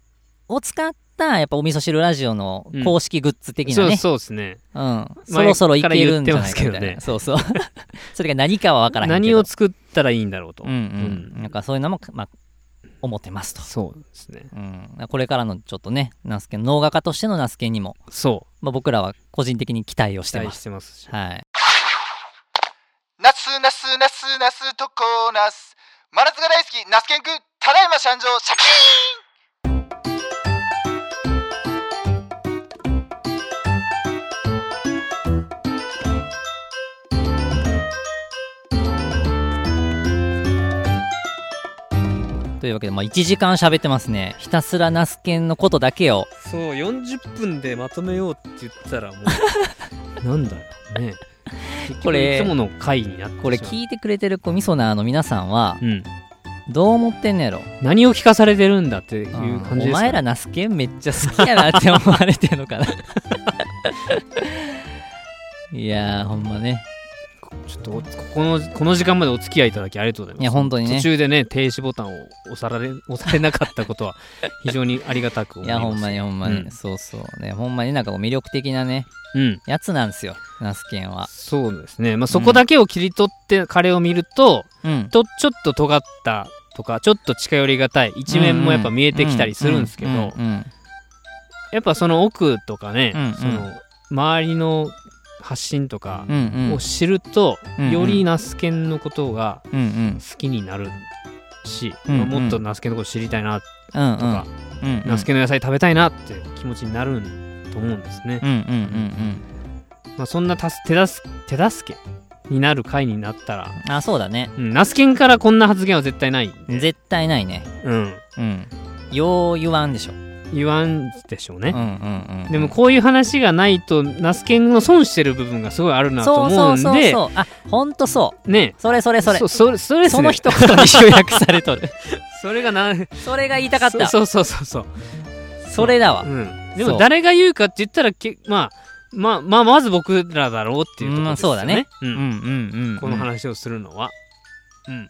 使ったやっぱお味噌汁ラジオの公式グッズ的なそうね、そうですねうんそろそろいけるんじゃないかみたいな、前から言ってますけどそねうそう それが何かは分からへんけ何どを作ったらいいんだろうと、うんうん、なんかそういうのも、まあ、思ってますとそうですねうん、これからのちょっとねナスケ農画家としてのナスケにも、そうまあ、僕らは個人的に期待をし期てま待しすてますしはいナスナスナスナスとコーナス真夏が大好きナスケンくんただいま参上シャキーンというわけで、まあ、1時間喋ってますねひたすらナスケのことだけをそう40分でまとめようって言ったらも うなんだよねこれいつもの回になってしまうこれ聞いてくれてる子みそなーの皆さんはうん、どう思ってんのやろ、何を聞かされてるんだっていううん感じですかね、お前らナスケめっちゃ好きやなって思われてるの かないやーほんまねちょっとおここのこの時間までお付き合いいただきありがとうございます。いや本当にね途中でね停止ボタンを押さられ押されなかっ たことは非常にありがたく思いいます。やほんまにほんまに、うんそうそうねほんまになんかこう魅力的なねうん。やつなんですよナスケはそうですね。まあそこだけを切り取って彼を見ると、うんとちょっと尖ったとかちょっと近寄りがたい一面もやっぱ見えてきたりするんですけど、ううんうんやっぱその奥とかね、うんうんその周りの発信とかうんうんを知ると、うんうんよりナスケンのことがうんうん好きになるし、うんうんまあもっとナスケのこと知りたいなとうんうんか、うんうんナスケの野菜食べたいなって気持ちになると思うんですねう、んうんうんまあ、そんなたす手助け手助けになる回になったら、うんあそうだねうん、ナスケンからこんな発言は絶対ないんで、絶対ないねうん、うんよう言わんでしょ言わんでしょううんねう、んうんでもこういう話がないとナスケンの損してる部分がすごいあるなと思うんでそうそうそうそうあほんとそうねそれそれそれうそれそれですねその一言に集約されとるそれがな痛それが言いたかったそそうそうそうそうれだわうん、でそもう誰が言うかって言ったらけ、まあ、まあまあまず僕らだろうっていうところですよね,、うんうんうんうんこの話をするのは、うん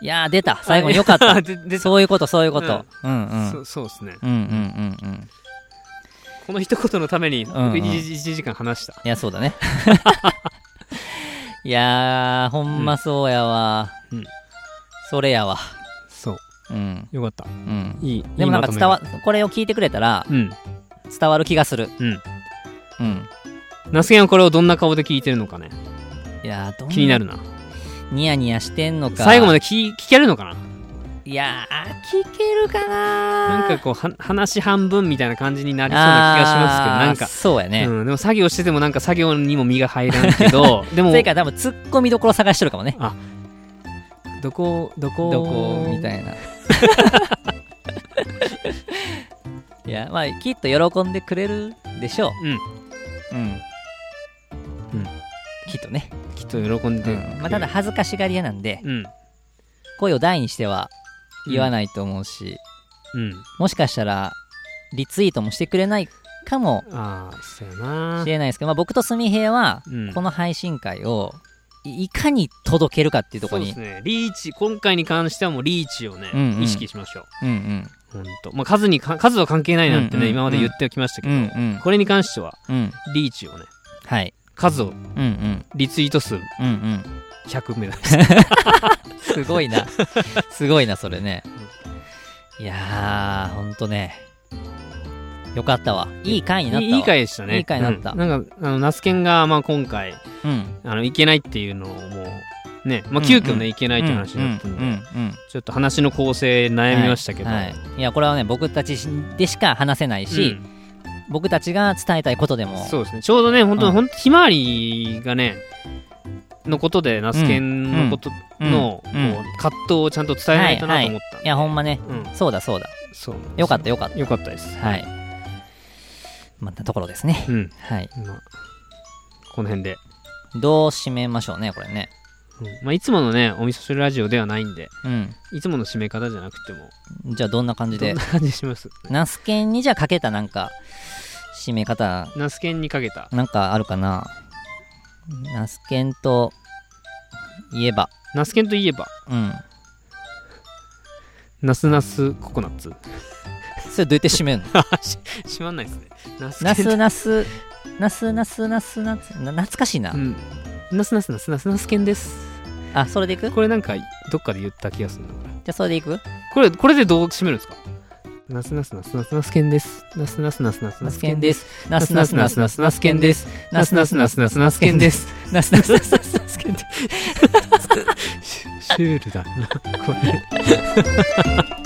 いやー出た最後によかった ででそういうことそういうことうんうんうんそそうですねうんうんうんこの一言のために僕うんうん 1, 時間話した、いやそうだ ねいやーほんまそうやわうんそれやわそううんよかったうんいいでもなんか伝わるこれを聞いてくれたらうん伝わる気がするうんうんナスケンはこれをどんな顔で聞いてるのかねいやーどん気になるなニヤニヤしてんのか最後まで聞聞けるのかないやー聞けるかななんかこうは話半分みたいな感じになりそうな気がしますけどあーなんか、そうやね、うん、でも作業しててもなんか作業にも身が入らん けどでもそれから多分ツッコミどころ探してるかもねどこどこどこみたいな いやまあきっと喜んでくれるでしょうんううん、うんきっとね、きっと喜んで、うんまあ、ただ恥ずかしがり屋なんでうん声を大にしては言わないと思うし、うんもしかしたらリツイートもしてくれないかもああそうやなしれないですけど、まあ、僕とすみへいはうんこの配信会をいいかに届けるかっていうところにそうですねリーチ今回に関してはもうリーチをね、うんうん意識しましょううんうん本当まあ数にか数は関係ないなんてうね、んうん今まで言ってきましたけうど、んうんこれに関してはうんリーチをねはい数をうんうんリツイート数うんうん 100目指してすごいな。すごいな、それね。いやー、ほんとね。よかったわ。いい回になったわ。いい回でしたねいい回になったうんなんかあのナスケンがまあ今回うん。あのいけないっていうのをもうね、まうんあ、うん急遽ね、いけないって話になったうんんで、うんうんちょっと話の構成うん悩みましたけど、はいはいいや、これはね、僕たちでしか話せないし、うん僕たちが伝えたいことでもそうですねちょうどね本当うんに、本当ひまわりがねのことでナスケンのことうんの、うんこう葛藤をちゃんと伝えないとなと思ったんで、いやほんまねうんそうだそうだそうなんですよかったよかっよかったですたはいまたところですねうんはいまあこの辺で、どう締めましょうねこれねうんまあ、いつものねお味噌汁ラジオではないんでうんいつもの締め方じゃなくてもじゃあどんな感じどでんな感じしますナスケンにじゃあかけたなんか締め方ナスケンにかけたなんかあるかなナスケンといえばナスケンといえばうんナスナスココナッ ツそれどうやって締めるのししまんないですねナスケ ナンとスナスナスナスナスナスな懐かしいな、うんナスナスナスナスナスケンですあそれでいくじゃこれなんかどっかで言った気がするなこれあそれでいくこれこれでどう締めるんですかナスナスナスナスナスケンですナスナスナスナスナナススケケンンでですすナスナスナスナスナスケンですナスナスナスナスナスケンですナスナスナスナスナスケンですシュールだなこれ